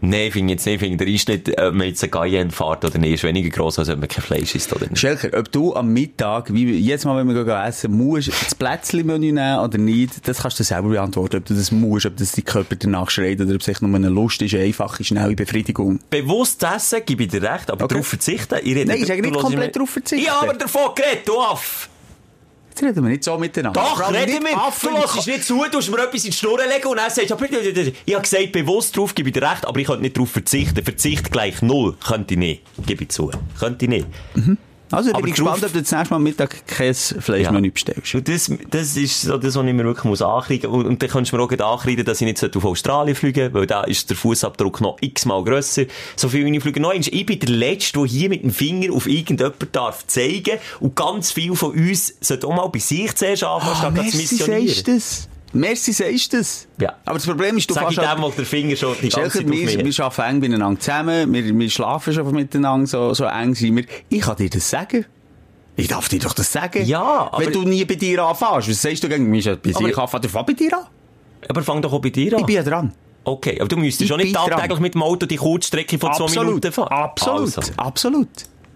E: Nein, finde ich jetzt nicht. Finde der Einschnitt, äh, ob man jetzt eine Cayenne fährt oder nicht, ist weniger gross, als ob man kein Fleisch isst oder nicht.
D: Schelker, ob du am Mittag, wie jetzt mal, wenn wir gehen essen, musst das Plätzchen-Menü nehmen oder nicht, das kannst du selber beantworten, ob du das musst, ob das dein Körper danach schreit oder ob es sich nur eine Lust ist, eine einfache, schnelle Befriedigung.
E: Bewusst essen, gebe ich dir recht, aber
D: Okay.
E: darauf verzichten. Ich rede
D: Nein, ich sage
E: du
D: nicht
E: hörst
D: komplett
E: mir-
D: darauf verzichten.
E: Ja, aber davon geredet, du Aff.
D: Jetzt reden wir nicht so miteinander. Vor
E: Doch,
D: allem
E: rede
D: nicht
E: mir.
D: Affen,
E: Du lässt nicht zu, du hast mir etwas in die Schnur legen und dann sagst du, aber ich habe gesagt, bewusst drauf, gebe ich dir recht, aber ich könnte nicht darauf verzichten. Verzicht gleich null, könnte ich nicht. Gebe ich zu. Könnte ich nicht.
D: Also, da
E: Aber
D: bin ich
E: drauf-
D: gespannt, ob du das nächste Mal am Mittag kein Fleischmenü bestellst.
E: Und das, das ist so das, was ich mir wirklich muss ankreiden muss. Und, und dann kannst du mir auch gleich ankreiden, dass ich nicht sollte auf Australien fliegen sollte, weil da ist der Fußabdruck noch x-mal grösser. So viel wie ich fliege. Nein, ich bin der Letzte, der hier mit dem Finger auf irgendjemanden darf zeigen. Und ganz viel von uns sollte auch mal bei sich zuerst anfangen, statt gerade zu
D: Ah, merci, sagst du
E: missionieren.
D: das. Merci, sagst du das.
E: Ja.
D: Aber das Problem ist, du
E: Sag ich
D: fährst halt-
E: dem, der den Finger schon die ganze Zeit
D: Schelker,
E: auf
D: wir,
E: mich.
D: wir arbeiten eng miteinander zusammen, wir, wir schlafen schon miteinander, so, so eng sind wir. Ich kann dir das sagen. Ich darf dir doch das sagen.
E: Ja, aber-
D: Wenn du nie bei dir anfährst, was sagst du gegen mich? Bei
E: Aber-
D: ich anfangen, fang bei dir an.
E: Aber fang doch auch bei dir an.
D: Ich bin ja dran.
E: okay, aber du müsstest
D: Ich
E: schon
D: bin
E: nicht
D: dran.
E: tagtäglich mit dem Auto die Kurzstrecke von zwei
D: Absolut.
E: Minuten fahren.
D: Absolut.
E: Also.
D: Absolut.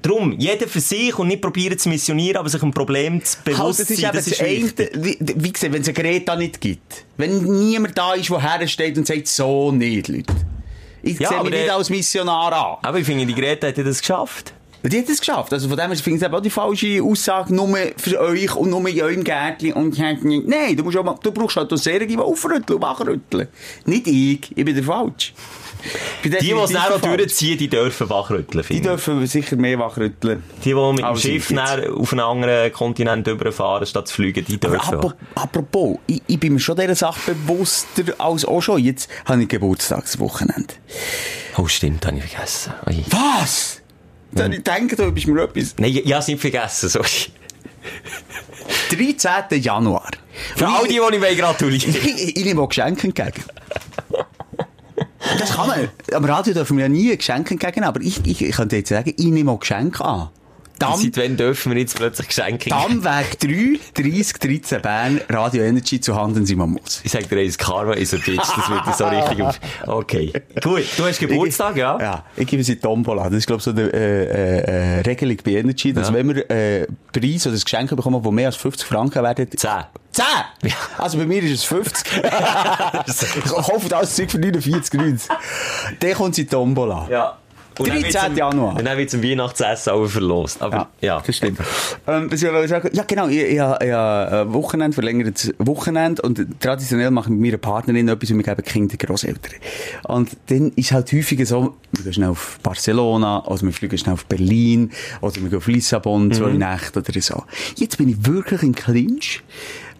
E: Drum, jeder für sich und nicht probieren zu missionieren, aber sich ein Problem zu bewusst sein,
D: Halt, eben
E: das ist
D: eine-
E: wichtig.
D: wie, wie gesagt, wenn es ein Gerät da nicht gibt, wenn niemand da ist, der hersteht und sagt, so nicht, Leute. Ich
E: Ja,
D: sehe
E: aber
D: mich nicht
E: der-
D: als Missionar an.
E: Aber ich finde, die Greta hat ja das geschafft.
D: Und die hat es geschafft. Also von dem her finde ich es eben auch die falsche Aussage, nur für euch und nur in eurem Gärtchen. Und nein, du, musst auch mal, du brauchst halt auch Serie, die aufrütteln und wachrütteln. Nicht ich, ich bin der Falsch. Die,
E: Die, die es dann auch durchziehen, die dürfen wachrütteln,
D: Die
E: finde ich.
D: dürfen sicher mehr wachrütteln.
E: Die, die mit dem
D: Also,
E: Schiff
D: jetzt.
E: dann auf einen anderen Kontinent überfahren, statt zu fliegen, die
D: Aber
E: dürfen.
D: apro- apropos, ich, ich bin mir schon dieser Sache bewusster als auch schon. Jetzt habe ich Geburtstagswochenende.
E: oh, stimmt, habe ich vergessen. Ui.
D: Was? Dann ich denke, da bist mir etwas.
E: Nein, ich, ich habe es nicht vergessen, sorry.
D: 13. Januar.
E: Für all die, die ich will gratulieren
D: Ich, ich nehme auch Geschenke entgegen. Das kann man. Am Radio dürfen wir ja nie Geschenke entgegen, aber ich, ich, ich könnte jetzt sagen, ich nehme auch Geschenke an. Dann,
E: Seit wann dürfen wir jetzt plötzlich Geschenke
D: dann Weg 3, 30, 13 Bern, Radio Energy zu Handen Simon Moos.
E: Ich sag dir eins, Karma ist ein Bitch, das wird dir so richtig auf... Okay. Gut, du hast Geburtstag, ja?
D: Ja, ich gebe sie die Tombola. Das ist, glaube ich, so eine äh, äh, Regelung bei Energy, dass
E: Ja.
D: wenn wir äh, Preis oder ein Geschenk bekommen, das mehr als 50 Franken werden,
E: Zehn.
D: 10! Also bei mir ist es 50. ich hoffe, das Zeug für 49 Grüns. Dann kommt sie in die Tombola.
E: Ja. Und dann
D: 13.
E: wird's am-
D: Januar.
E: Und dann wird zum Weihnachtsessen auch verlost. Aber, ja.
D: das stimmt. Ähm, was ich wollte sagen, ja genau, ich, ich habe ich habe ein Wochenende, verlängertes Wochenende und traditionell mache ich mit meiner Partnerin etwas und wir geben Kinder Großeltern. Und dann ist halt häufiger so, wir gehen schnell auf Barcelona, oder wir fliegen schnell auf Berlin, oder wir gehen auf Lissabon, zwei Nächte oder so. Jetzt bin ich wirklich im Clinch.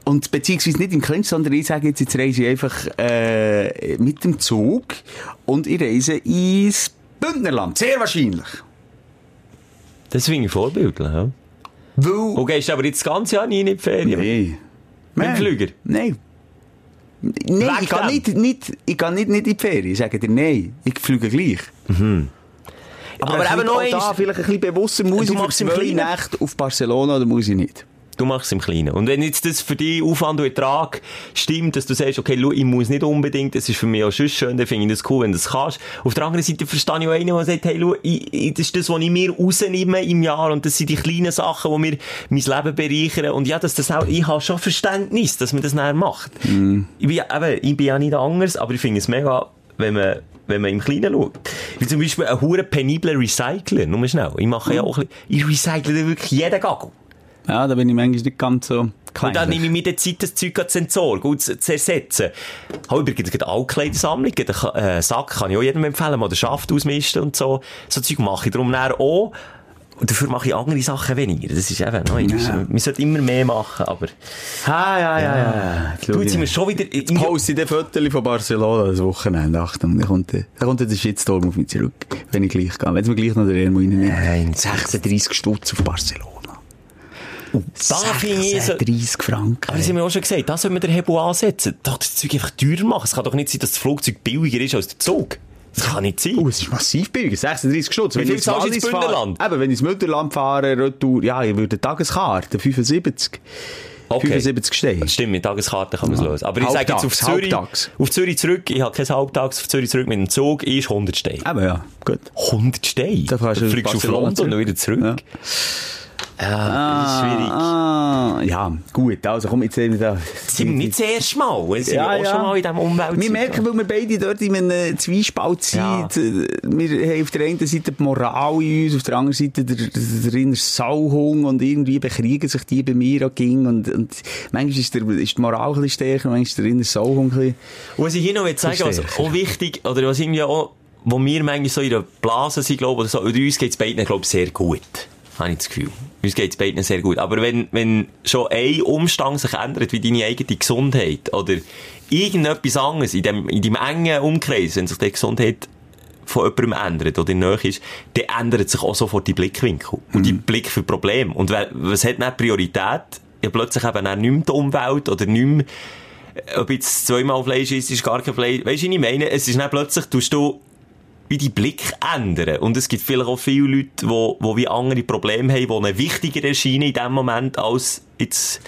D: Und beziehungsweise nicht im Clinch, sondern ich sage jetzt, jetzt reise ich einfach äh, mit dem Zug und ich reise ins Bündnerland, sehr wahrscheinlich.
E: Das finde ich vorbildlich, ja.
D: Weil...
E: Du gehst aber jetzt das ganze Jahr nie in die Ferien.
D: Nee.
E: Mit dem Flüger?
D: Nein. Nein,
E: Weg
D: ich kann
E: dann.
D: nicht, nicht, ich kann nicht, nicht in die Ferien. Ich sage dir nein. Ich fliege gleich. Aber,
E: Aber eben
D: eben
E: noch
D: noch da
E: eins-
D: vielleicht ein bisschen bewusster, muss
E: Du
D: ich für
E: machst im
D: zwei
E: Kleinen.
D: Nächte auf Barcelona oder muss ich nicht?
E: Du machst es im Kleinen. Und wenn jetzt das für dich Aufwand und Ertrag stimmt, dass du sagst, okay, schau, ich muss nicht unbedingt, das ist für mich auch sonst schön, dann finde ich das cool, wenn du das kannst. Auf der anderen Seite verstehe ich auch einen, der sagt, hey, schau, ich, ich, das ist das, was ich mir rausnehme im Jahr und das sind die kleinen Sachen, die mir mein Leben bereichern und ja, dass das auch, ich habe schon Verständnis, dass man das näher macht. Ich, bin, ja- eben, ich bin ja nicht anders, aber ich finde es mega, wenn man wenn man im Kleinen schaut. Wie zum Beispiel ein hure penibler Recycler, nur mal schnell. Ich mache ja auch ein bisschen, ich recycle wirklich jeden Gagel.
D: Ja, da bin ich manchmal nicht ganz so
E: Und dann nehme ich mir die Zeit, das Zeug zu entsorgen und zu zu ersetzen. Habe übrigens gerade alle Kleidersammlungen. Den Ka- äh, Sack kann ich auch jedem empfehlen. Mal den Schaft ausmisten und so. So Zeug mache ich darum näher auch. Und dafür mache ich andere Sachen weniger. Das ist eben, ne, nein, das ist- man sollte immer mehr machen, aber...
D: Ah, ja, ja, ja.
E: Du, jetzt sind wir schon wieder... in-
D: Poste ich den Fotos von Barcelona das Wochenende. Achtung, da kommt, der- da kommt der Shitstorm auf mich zurück. Wenn ich gleich gehe. Wenn es mir gleich noch der Ermo reinnehmen.
E: Nein.
D: 36 Stutz auf Barcelona.
E: da finde ich so-
D: 36 Franken.
E: Aber das haben wir auch schon gesagt, da soll man den Hebel ansetzen. Doch, das Zeug einfach teurer machen. Es kann doch nicht sein, dass das Flugzeug billiger ist als der Zug. Das kann nicht sein.
D: Oh, es ist massiv billiger. 36 Stutz.
E: viel
D: ich
E: zahlst du ins
D: Wallis fahre-
E: Bündnerland?
D: Eben, wenn ich ins Mütterland fahre, Retour, ja, ich würde eine Tageskarte, 75.
E: Okay.
D: 75 stehen.
E: Stimmt, mit Tageskarten kann man es lösen. Aber ich sage
D: Ah. Halbtags,
E: jetzt auf Zürich,
D: halbtags.
E: auf Zürich zurück, ich habe kein Halbtags, auf Zürich zurück mit dem Zug, ist 100 Steine.
D: Eben, ja, gut.
E: 100 Steine?
D: Da fährst du nach
E: fliegst du auf
D: Barcelona
E: London und wieder zurück. Ja, das ist schwierig.
D: Ah, ja, gut, also komm, jetzt sehen wir da.
E: Sind wir nicht das erste Mal? Wir sind auch schon mal in diesem Umwelt.
D: Wir merken, weil wir beide dort in einem Zwiespalt sind.
E: Ja.
D: Wir haben auf der einen Seite die Moral in uns, auf der anderen Seite der, der, der innere Sauhung und irgendwie bekriegen sich die bei mir auch ging. Und, und manchmal ist, der, ist die Moral ein bisschen stärker, manchmal ist der innere Sauhung ein bisschen...
E: Was ich hier noch will sagen was
D: Verstehe.
E: auch wichtig, oder was irgendwie auch, wo wir manchmal so in der Blase sind, glaube ich, oder so, oder uns geht es beiden, glaube ich, sehr gut. Habe ich das Gefühl. Uns geht es beiden sehr gut. Aber wenn, wenn schon ein Umstand sich ändert, wie deine eigene Gesundheit, oder irgendetwas anderes in dem, in deinem engen Umkreis, wenn sich die Gesundheit von jemandem ändert oder in Nähe ist, dann ändert sich auch sofort die Blickwinkel und die Blick für Probleme. Und wer- was hat dann Priorität? Ja, plötzlich eben auch nicht mehr die Umwelt oder nicht mehr ob jetzt zweimal Fleisch ist, ist gar kein Fleisch. Weißt du, was ich meine, es ist dann plötzlich, tust du wie die Blick ändern. Und es gibt vielleicht auch viele Leute, die wo, wo wie andere Probleme haben, die ihnen wichtiger erscheinen in dem Moment, als jetzt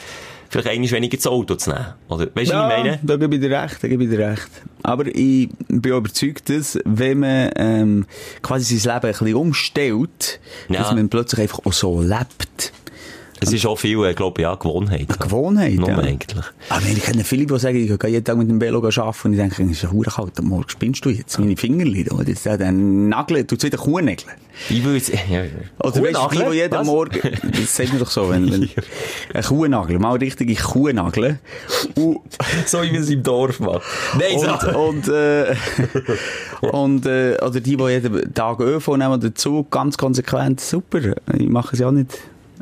E: vielleicht eigentlich weniger das Auto zu nehmen. Oder, weißt du, was ich meine?
D: da gebe ich dir recht, da gebe ich dir recht. Aber ich bin auch überzeugt, dass wenn man ähm, quasi sein Leben ein bisschen umstellt,
E: Ja.
D: dass man plötzlich einfach auch so lebt.
E: Es ist auch viel, äh, glaube ich, ja, Gewohnheit.
D: Gewohnheit,
E: Nur
D: ja.
E: eigentlich.
D: Aber ich kenne viele, die sagen, ich gehe jeden Tag mit dem Velo arbeiten und ich denke, es ist ja hure kalt am Morgen. Spinnst du jetzt? Meine Fingerli, da, jetzt da, dann Nagel, du wieder Kuhnägel.
E: Ich will jetzt, ja, ja.
D: Oder weißt du, die,
E: Kuhnagel?
D: die jeden
E: Was?
D: Morgen, das sagt man doch so, wenn, wenn ein Kuhnagel, mal richtige Kuhnagel. Und,
E: So wie man es im Dorf macht. Nein,
D: und,
E: so.
D: und, äh, und äh, oder die, die jeden Tag ÖV nehmen oder Zug, ganz konsequent, super. Ich mache es ja auch nicht.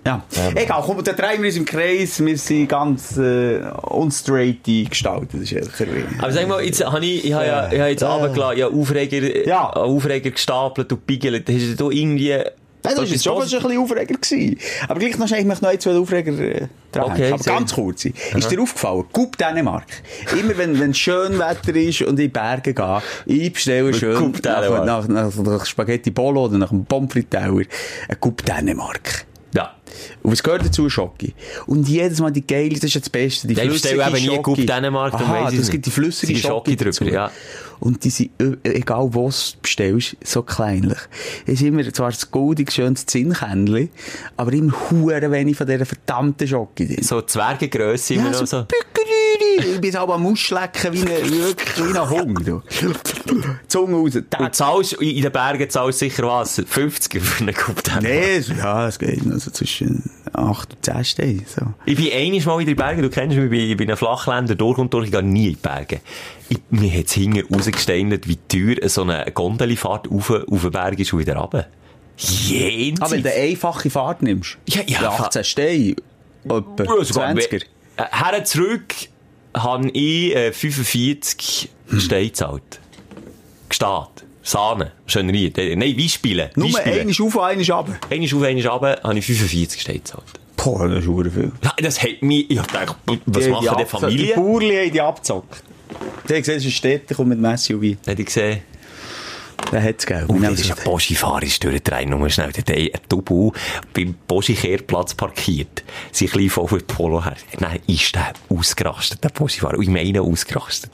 D: Ja. Egal, komm, dann drehen wir uns im Kreis, wir sind ganz äh, unstraighte Gestalten, das ist echt irre.
E: Aber sag mal, jetzt habe ich, ich habe ja, ich habe jetzt
D: Äh.
E: runtergelassen, ich habe Aufreger,
D: Ja.
E: ja. Aufreger gestapelt und gepiegelt. Hast du irgendwie...
D: Nein, das war jetzt schon fast ein bisschen Aufreger. Gewesen. Aber gleich noch, schnell, ich möchte noch ein, zwei Aufreger äh, dran
E: Okay,
D: Aber
E: sehr.
D: ganz kurz. Ist dir aufgefallen, Coop Dänemark. Immer wenn, wenn schön Wetter ist und in die Berge gehe, ich bestelle schön
E: Coupe
D: nach,
E: Dänemark.
D: nach, nach, nach Spaghetti Bolo oder nach einem Pommes frites Tower ein Coop Dänemark.
E: Ja.
D: Und was gehört dazu? Schocke. Und jedes Mal die geile, das ist ja das Beste, die
E: Ja, ich
D: flüssige
E: bestelle eben nie
D: Schocke.
E: Coupe Dänemark, dann
D: Aha,
E: weiss ich's
D: es gibt die
E: nicht.
D: flüssige
E: Sie ist
D: Schocke,
E: Schocke drüber,
D: dazu.
E: ja.
D: Und die sind, äh, egal was du bestellst, so kleinlich. Es ist immer zwar das goldig schönes Zinnkännchen, aber immer hure wenig von dieser verdammten Schocke drin.
E: So Zwergengrösse immer noch so.
D: Bückerüri. Ich bin aber am Ausschlecken wie ein, wirklich wie ein Hund. du. Zunge raus.
E: Und zahlst, in in den Bergen zahlst du sicher was? 50 für einen Coupe Dänemark.
D: Nee, so- ja, es geht noch so zwischen 8 und 10 Steine. So.
E: Ich bin einiges Mal in den Bergen, du kennst mich, ich bin- ich bin ein Flachländer durch und durch, ich gehe nie in die Berge. Ich, mir hat es hinten rausgesteinert, wie teuer so eine Gondelfahrt auf, auf den Berg ist und wieder runter.
D: Aber wenn du
E: Jenseits!
D: eine einfache Fahrt nimmst,
E: Ja, ja,
D: für 18 Steine, etwa
E: Ja, sogar
D: 20er.
E: mehr. Äh, Her und zurück habe ich äh, 45
D: Hm.
E: Steine gezahlt. Gestaat. Sahne. Schönerie. Äh, Nein, Weispiele.
D: Nur einmal auf, einmal ab.
E: Einmal auf, einmal runter, habe ich 45 Steine gezahlt.
D: Boah, das ist hure viel.
E: Ja, das hat mich... Ich habe gedacht, was
D: Die-
E: machen die
D: abgezockt. Die
E: Familie?
D: Bauern haben die abgezockt. Die haben gesehen, es ist ein Städter, kommt mit Messi und Wein.
E: Hätte ich gesehen.
D: Der hat es gegeben.
E: Und
D: Wir
E: Oh, das ist
D: nehmen
E: ein Boschi-Fahrer, ist durch die Reihe nur schnell. Der hat einen Double beim Boschi-Kehrplatz parkiert. Sein kleiner VW Polo her. Nein, ist der ausgerastet, der Boschi-Fahrer. Und Ich meine ausgerastet.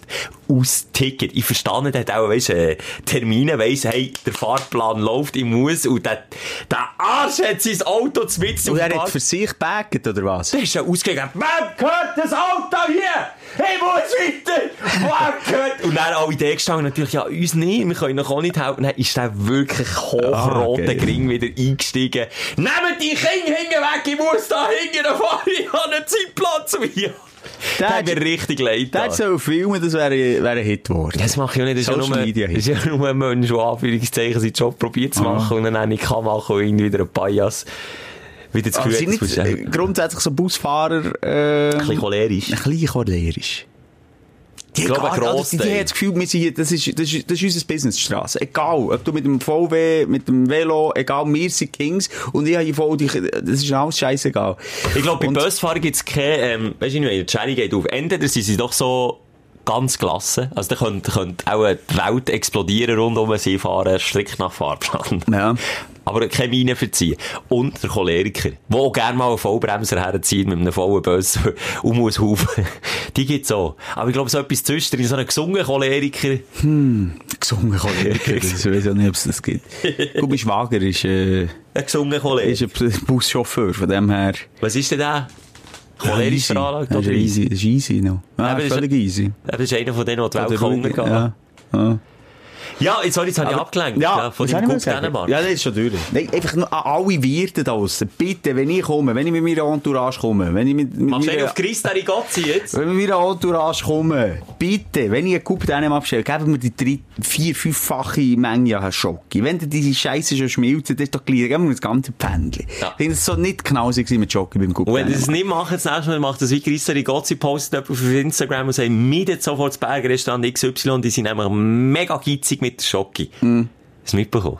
E: Aus Ticket. Ich verstehe nicht, der hat auch, weißt, äh, Termine, weiss, hey, der Fahrplan läuft, ich muss. Und der, der Arsch hat sein Auto zu
D: das. Und er hat für sich gebackt, oder was?
E: Der ist ja ausgegangen. Wem gehört das Auto hier? Ich muss weiter! Wem gehört... Und dann alle da gestanden, natürlich, ja, uns nicht, wir können noch auch nicht helfen. Dann ist der wirklich hochrote
D: Ah, geil.
E: Gring wieder eingestiegen. Nehmt "Nou, die Kinder hinten weg, ich muss da hinten fahren, ich habe einen Zeitplatz mehr.
D: Der
E: Der
D: hat-
E: hat mir richtig leid
D: Der
E: getan.
D: hat so filmen, das wäre wäre ein Hit geworden.
E: Das mache ich auch nicht. Das ist ja
D: Social
E: nur,
D: Media Ah.
E: das ist ja nur ein Mensch, der Anführungszeichen seinen Job probiert zu machen und dann auch nicht kann machen und irgendwie wieder ein Bias wieder zu
D: Aber
E: Gefühl
D: sind
E: hat,
D: nicht
E: das
D: äh,
E: ist
D: grundsätzlich so Busfahrer... Äh,
E: ein bisschen cholerisch.
D: Ein bisschen cholerisch. Die,
E: Ich glaube,
D: gar-
E: ein
D: also die, die
E: Großteil.
D: haben das Gefühl, wir sind, hier- das, ist, das, ist, das ist unsere Businessstraße. Egal, ob du mit dem VW, mit dem Velo, egal, wir sind Kings und ich habe hier voll dich, das ist alles scheißegal.
E: Ich glaube, bei
D: Und-
E: ehm, Busfahrern gibt's keine, ähm, weißt du, nicht, wenn die Schere geht auf. Entweder sind sie doch so ganz gelassen. Also da könnte, könnte auch die Welt explodieren rundum, sie fahren strikt nach Fahrplan.
D: Ja.
E: Aber keine Mine verziehen. Und der Choleriker, der auch gerne mal einen Vollbremser herzieht mit einem vollen Böss um muss Haufen. Die gibt's auch. Aber ich glaube, so etwas zwischendrin, so einen gesungenen Choleriker,
D: Gesungen Choleriker. ich weiß auch nicht, ob es das gibt. Gut, mein Schwager ist, äh,
E: einen gesungenen
D: ist
E: Choleriker.
D: ein Buschauffeur, von dem her.
E: Was ist denn der? Cholerisch
D: easy.
E: veranlagt,
D: Das ist
E: oder? wie?
D: easy. Das ist easy noch.
E: aber
D: Ja,
E: das ist-
D: völlig easy.
E: Das ist einer von denen, die die Welt
D: Oder
E: kann
D: ruhig,
E: untergehen.
D: ja. Ja.
E: Ja, jetzt, sorry, jetzt habe ich
D: Aber-
E: abgelenkt. von
D: was
E: dem
D: habe ich
E: Guck
D: gesagt?
E: Dänemark.
D: Ja, das ist schon durch. Nein, einfach nur an alle Wirten da draussen. Bitte, wenn ich komme, wenn ich mit meiner Entourage komme, wenn ich mit, mit
E: Machst du einen
D: meiner-
E: auf Christa Rigozzi jetzt?
D: Wenn wir wieder Entourage kommen, bitte, wenn ich einen Coup deinem abstelle, geben mir die drei, vier, fünffache Menge an Schocke. Wenn dir diese Scheiße schon schmilzen, das ist doch gleich, geben wir das ganze Pfändchen.
E: Ja.
D: Ich finde es so nicht knausig gewesen mit Schocke beim Coup
E: Und wenn ihr
D: Dänemark.
E: das nicht macht, das nächste Mal macht das wie Christa Rigozzi, postet jemand auf Instagram und sagt, meidet sofort das Bergrestaurant XY, die sind nämlich mega gitzig mit der Schocke. Mhm. Hast du mitbekommen,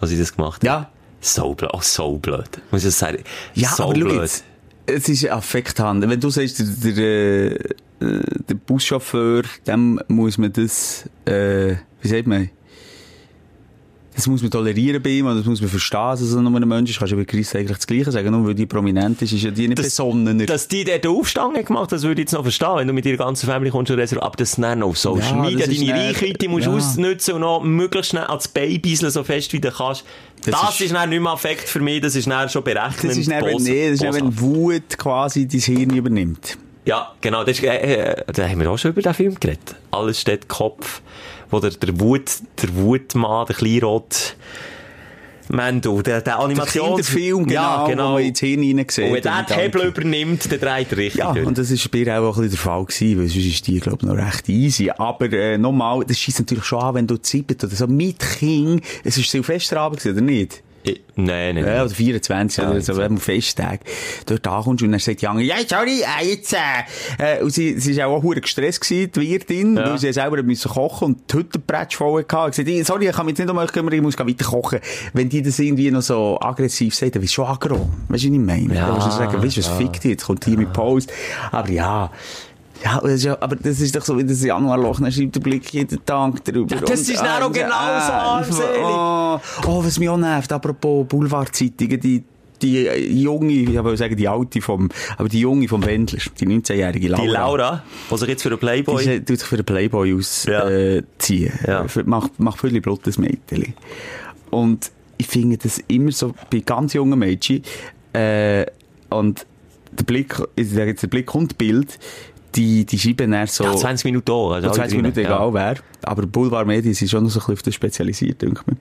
E: was ich das gemacht habe?
D: Ja.
E: So blöd, auch so blöd. Muss ich sagen,
D: Ja,
E: so
D: aber schau
E: blöd.
D: jetzt. Es ist Affekthandel. Wenn du sagst, der, der, äh, der Buschauffeur, dem muss man das, äh, wie sagt man, das muss man tolerieren bei ihm, oder das muss man verstehen, dass er nur ein Mensch ist. Kannst du über Chris eigentlich das Gleiche sagen, nur weil die prominent ist, ist ja die nicht besonnener.
E: Dass die dort Aufstange gemacht haben, das würde ich jetzt noch verstehen, wenn du mit deiner ganzen Familie kommst und Restaurant, aber das dann noch auf Social
D: Ja,
E: Media,
D: das ist
E: deine
D: dann-
E: Reichweite musst du
D: ja.
E: ausnutzen und noch möglichst schnell als Babysle so fest wie du kannst. Das,
D: Das
E: ist,
D: ist-
E: dann nicht mehr Affekt für mich, das ist dann schon berechnet.
D: das ist dann, wenn, nee, das ist dann, wenn Wut quasi dein Hirn übernimmt.
E: Ja, genau, das ist, äh, äh, da haben wir auch schon über den Film geredet. Alles steht Kopf, wo der, der Wut, der Wutmann, der Kleinrot, Mendel, der, der Animations...
D: Kinderfilm, genau,
E: ja, genau.
D: wo man ins Hirn hineinsieht.
E: und wenn der die
D: Gedanken.
E: Hebel übernimmt, dann dreht er richtig
D: Ja,
E: durch.
D: und das ist bei ihr auch ein bisschen der Fall gewesen, weil sonst ist die, glaube ich, noch recht easy. Aber äh, nochmal, das schießt natürlich schon an, wenn du zippet oder so. Mit Kind, es ist Silvesterabend gewesen, oder nicht?
E: Ich- Nein, nein,
D: Ja,
E: nein.
D: oder 24, oder so,
E: 24.
D: wenn man Festtag dort ankommst und dann sagt die andere, ja, sorry, äh, jetzt, äh, äh, und sie, sie ist auch hure gestresst gewesen, die Wirtin,
E: Ja.
D: weil sie selber hat müssen kochen und die Hüttenbretsch voll hatte. Sie hat gesagt, sorry, ich kann mich jetzt nicht um euch kümmern, ich muss gleich weiter kochen. Wenn die das irgendwie noch so aggressiv sagt, dann bist du schon aggro. Weißt du, was ich meine?
E: Ja,
D: Dann musst du sagen, weißt du, was fickt dich, jetzt kommt die mit Post. Aber ja. Ja, das ist ja, aber das ist doch so wie das Januarloch, dann schreibt der Blick jeden Tag drüber.
E: Ja, dus das
D: Und,
E: ist dann auch
D: äh,
E: genauso
D: äh,
E: armselig.
D: Oh, oh, was mich auch nervt, apropos Boulevardzeitungen, die, die äh, junge, ich wollte sagen, die alte vom, aber die junge vom Wendler, die 19-jährige Laura.
E: Die Laura, die sich jetzt für den Playboy...
D: Die ist, äh, tut sich für den Playboy ausziehen.
E: Ja.
D: Äh, ziehen.
E: Ja.
D: Für- Macht, macht viele blottes Mädchen. Und ich finde das immer so, bei ganz jungen Mädchen, äh, und der Blick, ich sage jetzt, der Blick und Bild, die, die schreiben eher so...
E: ja, 20 Minuten auch. also
D: Ja,
E: alle
D: 20
E: drin,
D: Minuten,
E: ja.
D: egal wer. Aber Boulevard Medien sind schon noch so ein bisschen auf das spezialisiert, denke ich.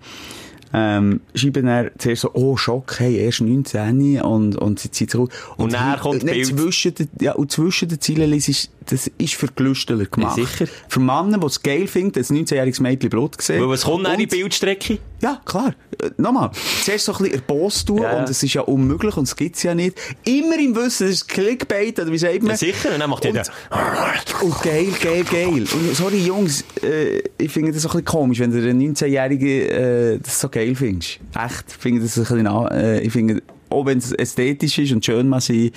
D: Ähm, schreiben dann zuerst so, oh, Schock, hey, erst 19 und, und sie zieht sich aus.
E: Und dann
D: hin-
E: kommt
D: nein,
E: Bild.
D: zwischen den, ja, und zwischen den Zielen ist, das ist für Gelüsteler gemacht.
E: Ja, sicher.
D: Für Männer, die es geil finden, dass ein 19-jähriges Mädchen Blut sieht.
E: Weil was kommt dann in die
D: Und-
E: Bildstrecke?
D: ja, klar. Äh, Nochmal. Zuerst so ein bisschen erbost tun
E: Ja, ja.
D: und es ist ja unmöglich und es gibt's ja nicht. Immer im Wissen, das ist Clickbait oder wie sagt man?
E: Ja, sicher, und dann macht jeder...
D: Und geil, geil, geil. Und sorry, Jungs, äh, ich finde das so ein bisschen komisch, wenn du einen 19-Jährigen äh, das so geil findest. Echt, ich finde das ein bisschen, na- äh, ich finde, auch wenn es ästhetisch ist und schön mal sein,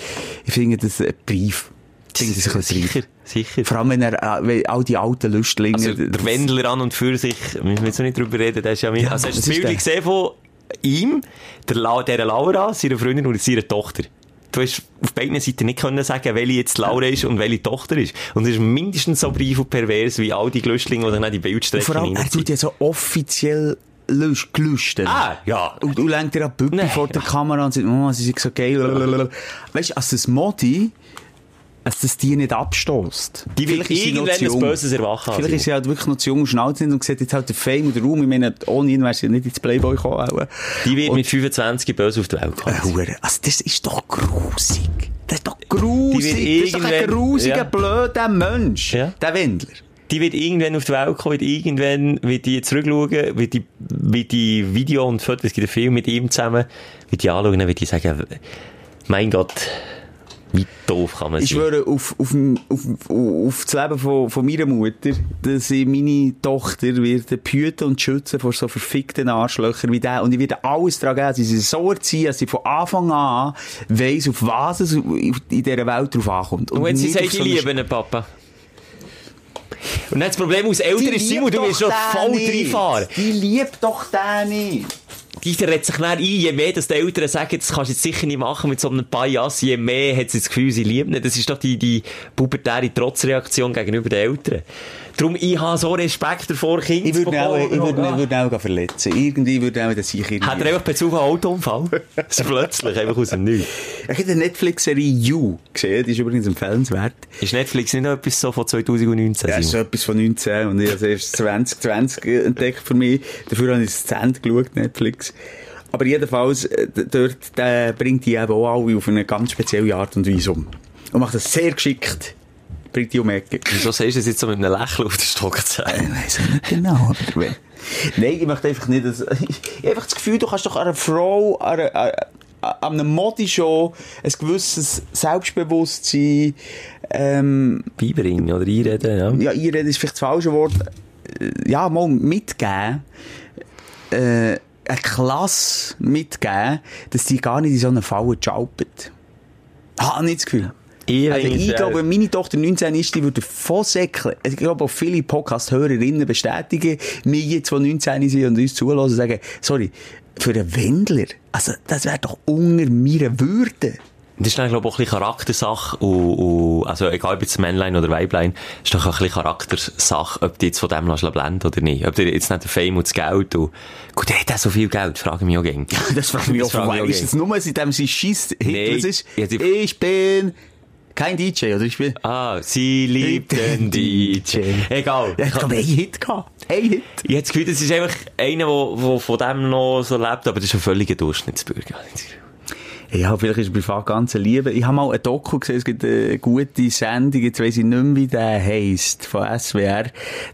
D: ich finde das äh, brief. Ich finde das ein bisschen
E: Sicher,
D: dus brief.
E: sicher.
D: Vor allem, wenn er, äh, wenn all die alten Lüstlinge...
E: Also,
D: das-
E: der Wendler an und für sich, müssen wir jetzt noch nicht drüber reden, der ist ja, mein, also hast du
D: das
E: das
D: ist
E: Bild
D: der.
E: gesehen von ihm, der, La der Laura, seiner Freundin und seiner Tochter. Du hast auf beiden Seiten nicht können sagen, welche jetzt Laura ist und welche Tochter ist. Und es ist mindestens so brief und pervers wie all die Glöschlinge, die dann auch die Bildstrecken
D: Vor allem, er
E: reinziehen.
D: tut ja so offiziell Lüst, Gelüste.
E: Ah, ja.
D: Und du lenkst dir an die Büppi
E: Nein.
D: vor der Kamera und sagst, oh, sie sind so geil. lalalala. Weißt du, als das Modi, als das die nicht abstoßt.
E: Die will
D: Vielleicht ist sie noch
E: irgendwann
D: zu
E: ein
D: jung.
E: böses Erwachen haben.
D: Vielleicht ist sie halt wirklich noch zu jung und schnallt sie nicht und sieht jetzt halt den Fame und den Raum. Ich meine, ohne ihn wäre sie nicht ins Playboy gekommen. auch.
E: Die wird
D: Und-
E: mit 25 böse auf die Welt
D: Äh,
E: kommen.
D: Hure, also das ist doch grusig. Das ist doch grusig.
E: Die wird
D: Das ist doch ein
E: irgendwann-
D: grusiger,
E: ja.
D: blöder Mensch.
E: Ja.
D: Der Wendler.
E: Die wird irgendwann auf die Welt kommen, wird irgendwann, wird die zurückschauen, wird die, wird die Video und Fotos, es gibt einen Film mit ihm zusammen, wird die anschauen, dann wird die sagen, mein Gott, wie doof kann man
D: Ich
E: sein.
D: schwöre auf, auf, auf, auf das Leben von, von meiner Mutter, dass ich meine Tochter werde behüten und schützen vor so verfickten Arschlöchern wie der. Und ich werde alles daran geben, dass ich sie so erziehen, dass sie von Anfang an weiss, auf was es in dieser Welt drauf ankommt.
E: Und wenn sie
D: nicht
E: sagt,
D: auf
E: ich
D: so eine
E: liebe ihn, Papa. Und dann das Problem aus Eltern ist, Simon, du wirst schon voll reinfahren.
D: Die liebt doch den nicht.
E: Die redet sich dann ein, je mehr dass die Eltern sagen, das kannst du jetzt sicher nicht machen mit so einem Bias, je mehr hat sie das Gefühl, sie liebt nicht. Das ist doch die, die pubertäre Trotzreaktion gegenüber den Eltern. Darum, ich habe so Respekt davor, Kinder
D: Ich würde ihn auch, ich
E: bekommen.
D: würd, ich würd ihn auch verletzen. Irgendwie würde auch das ich
E: Hat er einfach Bezug an Autounfall? so plötzlich, einfach aus dem Nichts.
D: Ich habe die Netflix-Serie You gesehen, die ist übrigens empfehlenswert.
E: Ist Netflix nicht noch etwas so von 2019?
D: Ja, ist so
E: Simon?
D: etwas von 19 und ich habe es erst 2020 entdeckt für mich. Dafür habe ich es zu Ende geschaut, Netflix. Aber jedenfalls, äh, d- dort äh, bringt die eben auch alle auf eine ganz spezielle Art und Weise um. Und macht das sehr geschickt. Bringt die um die Ecke.
E: Wieso sagst du das jetzt so mit einem Lächeln auf den Stock zu
D: Ich weiss auch nicht genau, aber wenn- Nein, ich möchte einfach nicht, dass, ich habe einfach das Gefühl, du kannst doch einer Frau, einer, einer, an einem Modishow ein gewisses Selbstbewusstsein, ähm,
E: Beibringen oder einreden,
D: ja,
E: ja.
D: einreden ist vielleicht das falsche Wort, äh, ja, mal mitgeben, äh, eine Klasse mitgeben, dass die gar nicht in so einen Fall jumpen. Habe ich das Gefühl.
E: Ich
D: Also
E: bin
D: ich
E: sehr-
D: glaube, wenn meine Tochter 19 ist, die würde voll säckeln. Ich glaube, auch viele Podcast-Hörerinnen bestätigen mich jetzt, die 19 sind und uns zuhören, und sagen, sorry, für einen Wendler, also das wäre doch unter meiner Würde.
E: Das ist dann, glaube ich, auch ein bisschen Charaktersache. Und, und, also, egal ob jetzt Männlein oder Weiblein, ist doch auch ein bisschen Charaktersache, ob du jetzt von dem lässt blenden oder nicht. Ob du jetzt nicht den Fame und das Geld und, gut, hat er so viel Geld? Frage mich auch gern.
D: Das frage ich mich
E: Das
D: auch,
E: frage ich
D: warum
E: auch
D: ist
E: gerne.
D: es nur, seitdem sie schießt,
E: Nee,
D: Hitler ist,
E: ja, die-
D: ich bin kein DJ, oder ich bin...
E: Ah, sie liebt den DJ. Egal.
D: Ja, ich habe einen Hit gehabt. Einen Hit.
E: Ich habe das Gefühl, das ist einfach einer, der der von dem noch so lebt, aber das ist ein völliger Durchschnittsbürger.
D: Ja, vielleicht ist es privat ganz eine Liebe. Ich habe mal ein Doku gesehen, es gibt eine gute Sendung, jetzt weiss ich nicht mehr, wie der heisst, von SWR.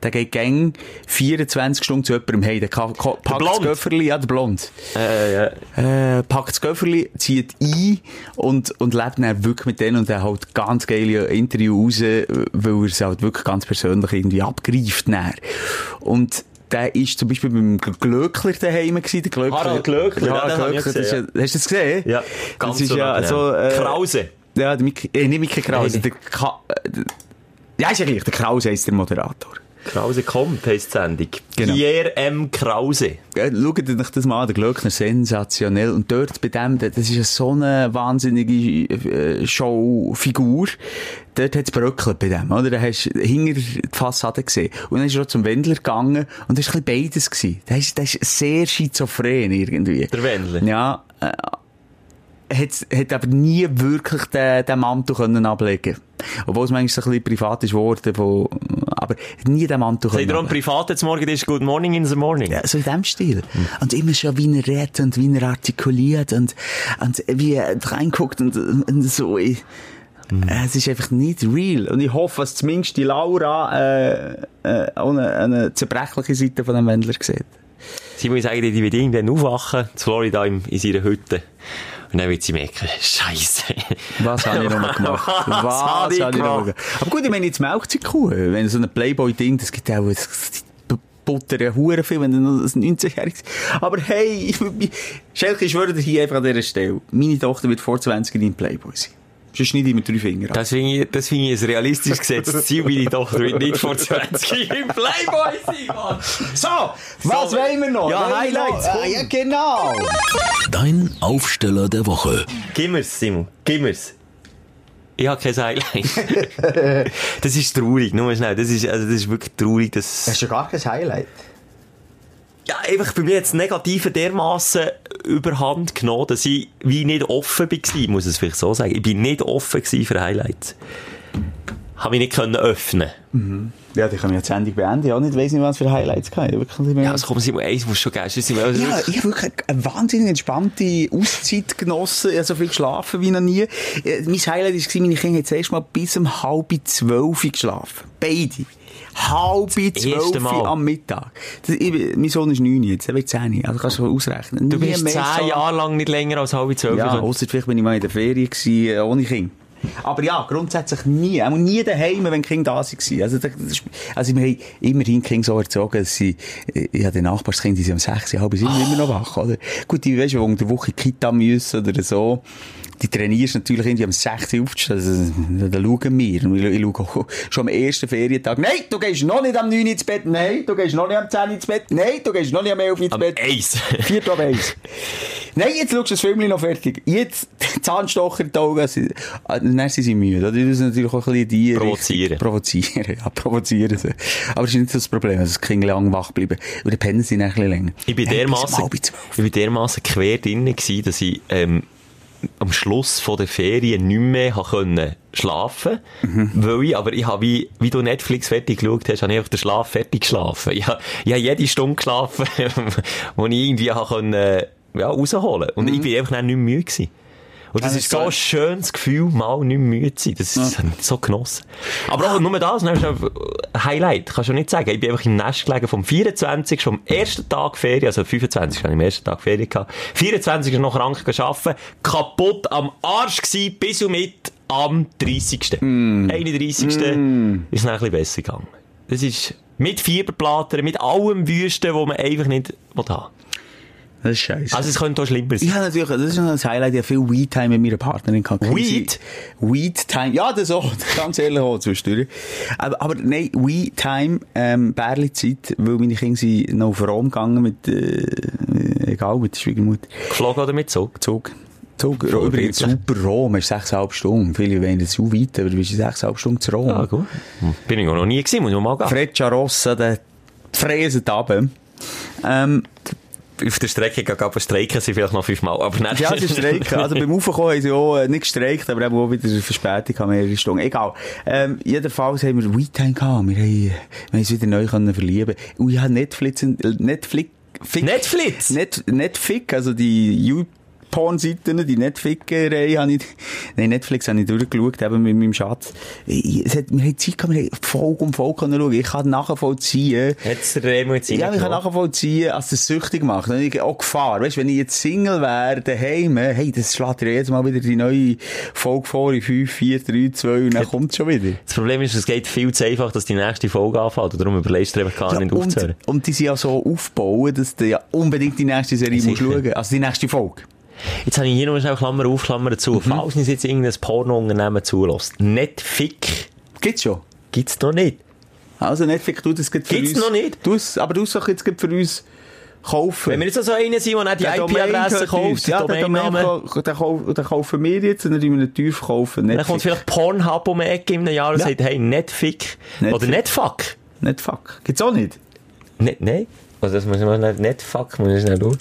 D: Der geht gäng 24 Stunden zu jemandem heim. Der ka- ka- packt das
E: Blond.
D: Göfferli, ja, der Blond.
E: Äh, ja.
D: Äh, packt das Göfferli, zieht ein und, und lebt dann wirklich mit denen und der haut ganz geile Interview raus, äh, weil er es halt wirklich ganz persönlich irgendwie abgreift. Dann. Und der ist zum Beispiel beim Glöckler daheim gewesen, der Glöckler.
E: Harald Glöckler, ja,
D: Harald
E: den hab ich
D: Glöckler,
E: gesehen,
D: das ist ja- Hast du das gesehen?
E: Ja,
D: das ist ja
E: unangenehm.
D: so, äh,
E: Krause.
D: Ja, der Mik äh, nicht Mickey Krause,
E: Nein.
D: der Ka äh, der- ja, ist ja gleich, der Krause heisst der Moderator.
E: Krause kommt, heisst die Sendung.
D: Genau.
E: Pierre M. Krause.
D: Ja, schaut euch das mal an, der Glöckner, sensationell. Und dort bei dem, das ist ja so eine wahnsinnige äh, Showfigur. Dort hat's bröckelt bei dem, oder? Da hast du hinter die Fassade gesehen. Und dann ist er auch zum Wendler gegangen und das war ein bisschen beides. Gewesen. Der, ist, der ist sehr schizophren irgendwie.
E: Der Wendler.
D: Ja, äh, hat, hat aber nie wirklich den, den Mantel können ablegen Obwohl es manchmal so ein bisschen privat ist geworden, wo, aber hat nie den Mantel
E: Seid
D: können
E: ihr auch im Privaten zum Morgen? Das ist Good Morning in the Morning.
D: ja, so in dem Stil. Und immer schon, wie er redet und wie er artikuliert und, und wie er reinguckt und, und so. Ich, äh, Es ist einfach nicht real. Und ich hoffe, dass zumindest die Laura äh, äh, auch eine, eine zerbrechliche Seite von dem Wendler sieht.
E: Sie muss sagen, die wird irgendwann aufwachen, in Florida in, in seiner Hütte. Und dann wird sie merken, Scheiße.
D: Was habe ich nochmal gemacht?
E: Was, habe ich
D: nochmal
E: gemacht?
D: gemacht? Aber gut, ich meine, jetzt melkt sie die Kuh. Wenn so ein Playboy-Ding, das gibt auch das Butter ja Huren viel, wenn du noch ein 90-Jähriges. Aber hey, ich, ich- Schelke, ich schwöre dir hier einfach an dieser Stelle. Meine Tochter wird vor 20 in Playboy sein. Sonst schneide ich mir drei Finger ab.
E: Das finde ich, das finde ich ein realistisch gesetztes Ziel, meine Tochter wird nicht vor 20 im Playboy sein, Mann.
D: So, was
E: So.
D: wollen wir noch?
E: Ja,
D: Wollen wir
E: Highlights,
D: noch?
E: komm.
D: Ah, ja, genau.
C: Dein Aufsteller der Woche.
E: Gib mir's, Simon. Gib mir's. Ich habe kein Highlight. das ist traurig, nur schnell. Das ist, also, das ist wirklich traurig, dass...
D: ja gar kein Highlight.
E: Ja, einfach bei mir hat das Negative dermassen überhand genommen, dass ich wie nicht offen war, muss ich es vielleicht so sagen. Ich bin nicht offen gewesen für Highlights. Habe mich nicht können öffnen.
D: Ja, die können ja die Sendung beenden. Ja, nicht, weiss nicht, was für Highlights gehabt. Ich wirklich nicht mehr.
E: Ja, also komm, Simon, eins muss schon geben. sonst sind wir- also
D: Ja,
E: wirklich-
D: ich habe wirklich eine wahnsinnig entspannte Auszeit genossen. Ich habe so viel geschlafen wie noch nie. Äh, Mein Highlight war, meine Kinder haben zuerst mal bis um halb zwölf geschlafen. Beide. Halb zwölf
E: Mal.
D: am Mittag. Das, ich, bin- mein Sohn ist neun jetzt, er wird zehn. Also kannst du ausrechnen.
E: Du bist zehn Jahre lang nicht länger als halb zwölf. Also,
D: Ja,
E: gekommen.
D: ausser vielleicht bin ich mal in der Ferien gewesen, äh, ohne Kind. Aber ja, grundsätzlich nie. Auch nie daheim, wenn die Kinder da waren. Also, das, das ist- also wir haben immerhin die Kinder so erzogen, dass sie, eh, ja, die Nachbarskinder die sind um sechs, halb sieben immer noch wach, oder? Gut, die, weißt du, die unter der Woche in die Kita müssen oder so, die trainierst natürlich irgendwie am 6 Uhr aufzustehen. Also, da schauen wir. Und ich, ich schaue auch schon am ersten Ferientag. Nein, du gehst noch nicht am 9 Uhr ins Bett. Nein, du gehst noch nicht am 10 Uhr ins Bett. Nein, du gehst noch nicht am 11 Uhr ins
E: Am
D: Bett.
E: Eis.
D: Viert ab eins. Nein, jetzt schaust du das Filmchen noch fertig. Jetzt Zahnstocher in die Augen. sie- ah, Dann sind sie müde. oder? Die müssen natürlich auch ein bisschen die Richtung-
E: Provozieren.
D: Provozieren, ja, provozieren sie. Aber es ist nicht so das Problem, dass die Kinder lang wach bleiben. Und dann pennen sie dann ein bisschen länger.
E: Ich bin
D: Dann bis um
E: dermaßen,
D: halb zwölf.
E: ich bin dermaßen quer drin gewesen, dass ich, ähm, am Schluss von der Ferien nicht mehr habe können schlafen
D: Mhm.
E: weil ich, aber ich habe, wie, wie du Netflix fertig geschaut hast, habe ich einfach den Schlaf fertig geschlafen. Ich habe, ich habe jede Stunde geschlafen, wo ich irgendwie habe können, äh, ja, rausholen
D: Mhm.
E: Und ich bin einfach dann nicht mehr müde gewesen. Und das
D: das
E: ist
D: ist
E: so
D: geil.
E: ein schönes Gefühl, mal nicht müde zu sein. Das ist das habe ich so genossen. Aber auch nur das, ne, ist ein Highlight. Kannst du nicht sagen. Ich bin einfach im Nest gelegen vom 24. vom ersten Tag Ferien, also 25. hatte ich am ersten Tag Ferien gehabt. 24. ist noch krank gearbeitet, kaputt am Arsch gewesen, bis und mit am 30. 31. ist es dann ein bisschen besser gegangen. Das ist mit Fieberplattern, mit allem Wüsten, wo man einfach nicht will haben
D: Das ist scheiße.
E: Also es könnte auch schlimmer sein.
D: Ich habe natürlich, das ist noch ein Highlight, ich habe viel Weed-Time mit meiner Partnerin gehabt.
E: Weed?
D: Weed-Time, ja, das auch, ganz ehrlich auch zwischendurch. Aber, aber nein, Weed-Time, ähm, Bärli-Zeit, weil meine Kinder sind noch auf Rom gegangen mit, äh, egal, mit der Schwiegermutter.
E: Geflogen oder mit Zug?
D: Zug. Zug, übrigens super Rom, ist 6,5 Stunden. Viele wollen das so weit, aber du bist in 6,5 Stunden zu Rom.
E: Ah, gut. Bin ich auch noch nie gewesen, muss ich mal gehen.
D: Fred Charossa, der fräset runter. Ähm,
E: Auf der Strecke gab es Streiken, sie vielleicht noch fünfmal, aber nicht.
D: Ja, sie streiken. Also beim Aufkommen haben sie auch äh, nicht gestreikt, aber eben auch wieder eine Verspätung gehabt, mehrere Stunden. Egal. Ähm, jedenfalls haben wir Weekend gehabt. Wir haben, äh, wir haben uns wieder neu können verlieben Und ich habe Netflix, und- äh, Netflix, Fick-
E: Netflix?
D: Net, Netflix, also die YouPorn-Seiten, die eh, Netflix-Reihe habe ich, nein, Netflix habe ich durchgeschaut, eben mit meinem Schatz. Ich, es hat, wir haben Zeit gehabt, wir haben Folge um Folge können schauen. Ich kann nachvollziehen,
E: Hat's der Remo jetzt
D: ja, ich kann
E: reingenommen?
D: nachvollziehen, als das süchtig macht. Und ich auch Gefahr. Weißt, wenn ich jetzt Single wäre, daheim, hey, das schlägt dir jetzt mal wieder die neue Folge vor in 5, 4, 3, 2 und dann kommt schon wieder.
E: Das Problem ist, es geht viel zu einfach, dass die nächste Folge anfängt. Und darum überlegst du dir einfach gar nicht
D: und,
E: aufzuhören.
D: und die sind ja so aufgebaut, dass du ja unbedingt die nächste Serie musst
E: Sicher.
D: schauen Also die nächste Folge.
E: Jetzt habe ich hier noch schnell Klammer auf, Klammer
D: Mhm.
E: zu. Falls uns jetzt irgendein Porno-Unternehmen zulässt. Netfick
D: Gibt's schon.
E: gibt's noch nicht.
D: Also Netflix, du das gibt für
E: Gibt's
D: uns.
E: noch nicht?
D: Du es- aber du es doch jetzt gerade für uns kaufen.
E: Wenn wir jetzt noch so einen sind, der nicht die
D: Der Domain
E: IP-Adresse
D: gehört uns.
E: kauft,
D: ja,
E: den
D: den
E: Domainnamen,
D: Domain, den, kau- den kaufen wir jetzt und dann tun wir ihn teuer verkaufen.
E: dann kommt
D: Netflix.
E: vielleicht Pornhub um die Ecke in einem Jahr und
D: Ja.
E: sagt, hey, Netfick.
D: Netfick.
E: Oder Netfuck.
D: Nicht fuck. Gibt's auch nicht.
E: Net, nein. Also das muss ich mal nicht, nicht fuck, muss ich schnell durch.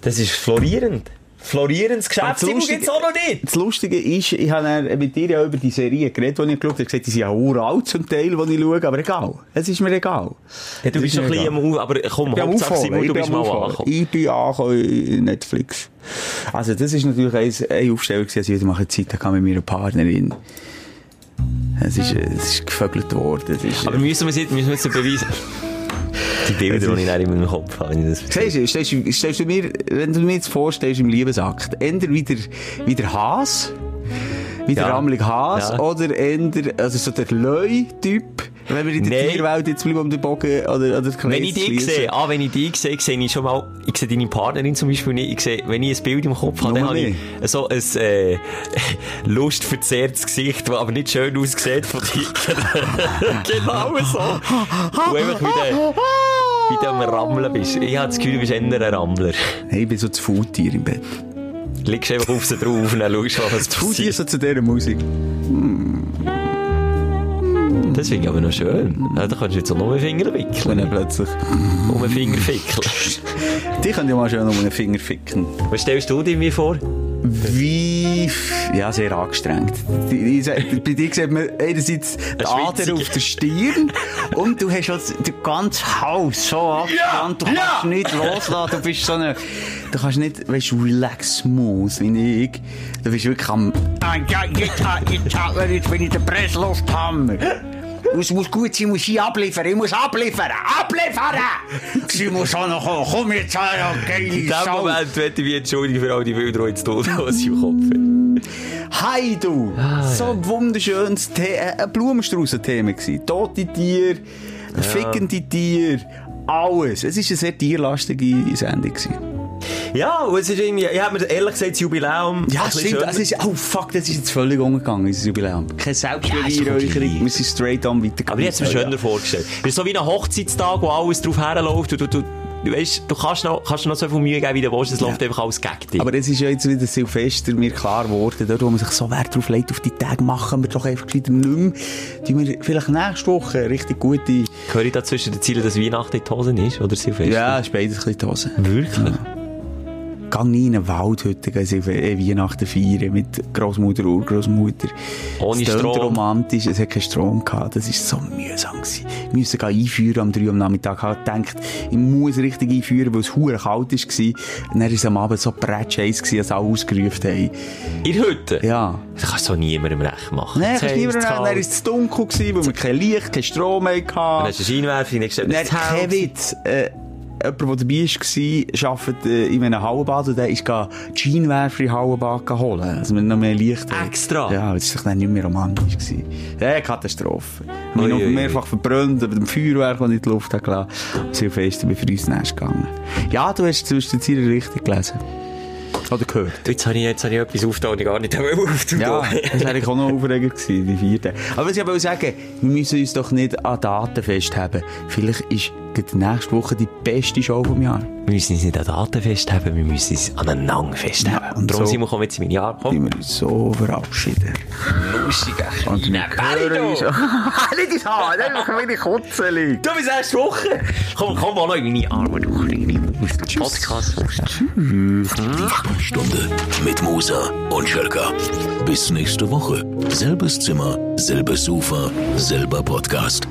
E: Das ist florierend. Florierendes Geschäft,
D: Und
E: Simon,
D: lustig-
E: gibt's auch noch nicht.
D: Das Lustige ist, ich habe dann mit dir ja über die Serie geredet, die ich geschaut habe. Ich habe gesagt, die sind ja uralt zum Teil, die ich schaue, aber egal. Es ist mir egal.
E: Ja, du
D: Es
E: bist
D: ist
E: schon ein
D: mir
E: bisschen
D: egal.
E: am Auf, aber äh, komm,
D: Ich bin am
E: Hauptsache
D: Aufholen.
E: Simon,
D: Ich
E: du
D: bin
E: bist
D: am
E: mal
D: Aufholen.
E: angekommen.
D: Ich bin angekommen in Netflix. Also das ist natürlich eine, eine Aufstellung, gewesen, als ich wieder mal Zeit hatte mit meiner Partnerin. Es ist, äh, es ist gevögelt worden. Es ist,
E: Aber müssen wir es jetzt, müssen wir jetzt beweisen? Die Bilder, die ich dann in meinem Kopf habe. wenn ich das-
D: Siehst du, stellst, du- stellst du mir, wenn du mir jetzt vorstellst im Liebesakt, entweder wie der, wie der Haas, wie der
E: Ja.
D: rammelige Haas,
E: Ja.
D: oder entweder, also so der Löi-Typ, wenn wir in der
E: Nein.
D: Tierwelt jetzt bleiben um den Bogen oder, oder
E: Wenn ich dich sehe, ah, wenn ich dich sehe, sehe ich schon mal, ich sehe deine Partnerin zum Beispiel nicht, ich sehe, wenn ich ein Bild im Kopf habe, dann
D: Nur
E: habe ich
D: nicht.
E: so ein, äh, lustverzerrtes Gesicht, das aber nicht schön aussieht von dir. genau so. Du einfach wieder, wieder am Rammeln bist. Ich habe das Gefühl, du bist eher ein Rammler.
D: Hey, ich bin so zu Faultier im Bett.
E: Du liegst einfach auf sie drauf und dann schaust, du, was
D: Faultier
E: passiert.
D: so zu dieser Musik.
E: Das finde ich aber noch schön. Ja, da kannst du jetzt auch noch einen Finger
D: Und dann
E: wickeln.
D: plötzlich,
E: Um einen Finger wickeln.
D: die können ja mal schön um den Finger ficken.
E: Was stellst du dir mir vor?
D: Wie, ja, sehr angestrengt. Die- die- die- Bei dir sieht man einerseits die Ader
E: schwitzige.
D: auf der Stirn und du hast also den ganzen Hals so abgespannt, du kannst nicht loslassen, du bist so eine, du kannst nicht, weißt du, relax smooth wie ich. Du bist wirklich am, ja, jetzt, jetzt, wenn ich, wenn ich den Pressluft habe. Es muss gut sein, muss ich abliefern, ich muss abliefern, abliefern! Sie muss auch noch kommen, komm jetzt, her, geile
E: In dem
D: Sau.
E: Moment möchte ich mich entschuldigen für all die Bilder, die jetzt tot aus im Kopf sind.
D: Blumen. Hey du! so ein wunderschönes The äh, ein Blumenstraußen-Thema gewesen. Tote Tiere, fickende Tiere, alles. Es war eine sehr tierlastige Sendung. Gewesen.
E: Ja, und es ist irgendwie, ich hab mir ehrlich gesagt das Jubiläum.
D: Ja,
E: ein bisschen
D: stimmt.
E: schöner-
D: Das ist, oh fuck, das ist jetzt völlig umgegangen, unser Jubiläum. Keine Selbstbeweihräucherung.
E: okay.
D: Wir sind straight on
E: Aber
D: weitergegangen.
E: ich hätte es mir schöner vorgestellt. Es ist so wie ein Hochzeitstag, wo alles drauf herläuft. Du, du, du, du, weißt, du kannst, noch, kannst dir noch so viel Mühe geben, wie du willst. Es läuft einfach alles gegen dich.
D: Aber es ist ja jetzt wieder Silvester mir klar geworden, dort, wo man sich so Wert drauf legt, auf die Tage machen wir doch einfach wieder nicht mehr. Die wir vielleicht nächste Woche richtig gute...
E: höre ich da zwischen den Zielen, dass Weihnachten in die Hose ist? Oder Silvester?
D: Ja, ist beides ein bisschen die Hose.
E: Wirklich?
D: Gang nie in eine Waldhütte, geh sie eh Weihnachten feiern mit Großmutter, Urgroßmutter.
E: Ohne
D: es tönt
E: Strom.
D: romantisch, es hat keinen Strom gehabt. Das ist so mühsam gewesen. Wir mussten gehen einführen am 3 Uhr am Nachmittag. Ich habe gedacht, ich muss richtig einführen, weil es hure kalt war. Und dann war es am Abend so bretschheiss, gewesen, als alle ausgerufen haben.
E: In der Hütte?
D: Ja.
E: Das kannst du so niemandem recht machen.
D: Nein,
E: Jetzt
D: kannst du
E: heisst
D: niemand nehmen.
E: es
D: Dann
E: kalt.
D: war es zu dunkel, gewesen, weil wir kein Licht, kein Strom mehr
E: Dann
D: hatten.
E: hast du einen Scheinwerfer reingestellt.
D: Nein,
E: das Zelt.
D: kein Witz. Äh, jemand, der dabei war, arbeitet äh, in einem Hallenbad und der ist gegangen, die Scheinwerfer in den Hallenbad holen. Also wir noch mehr Licht haben.
E: Extra?
D: Ja, das war dann nicht mehr romantisch. Gewesen. Ja, Katastrophe. Wir haben
E: Ui,
D: noch
E: ui,
D: mehrfach verbrannt, aber dem Feuerwerk, das ich in die Luft habe gelassen habe. Silvester bin für uns nächst gegangen. Ja, du hast zwischen den Zielen richtig gelesen. Oder gehört.
E: Jetzt habe ich, jetzt habe ich etwas aufgetaucht, gar nicht aufgetaucht.
D: Ja, das wäre ich auch noch aufregend gewesen, die vierte. Aber was ich aber sagen wir müssen uns doch nicht an Daten festhalten. Vielleicht ist gerade nächste Woche die beste Show vom Jahr.
E: Wir müssen uns nicht an Daten festhalten, wir müssen uns aneinander festhalten.
D: Ja, und
E: und darum
D: so-
E: sind wir jetzt in mein Jahr
D: Die
E: gekommen.
D: wir uns so verabschieden. Und wir hören uns. Nicht ins Haar, dann machen wir die Kutzeli.
E: Du bist erst Woche. Komm, komm mal noch in meine Arme, du kleine Podcast.
C: Die Stunde mit Musa und Schelka. Bis nächste Woche. Selbes Zimmer, selbes Sofa, selber Podcast.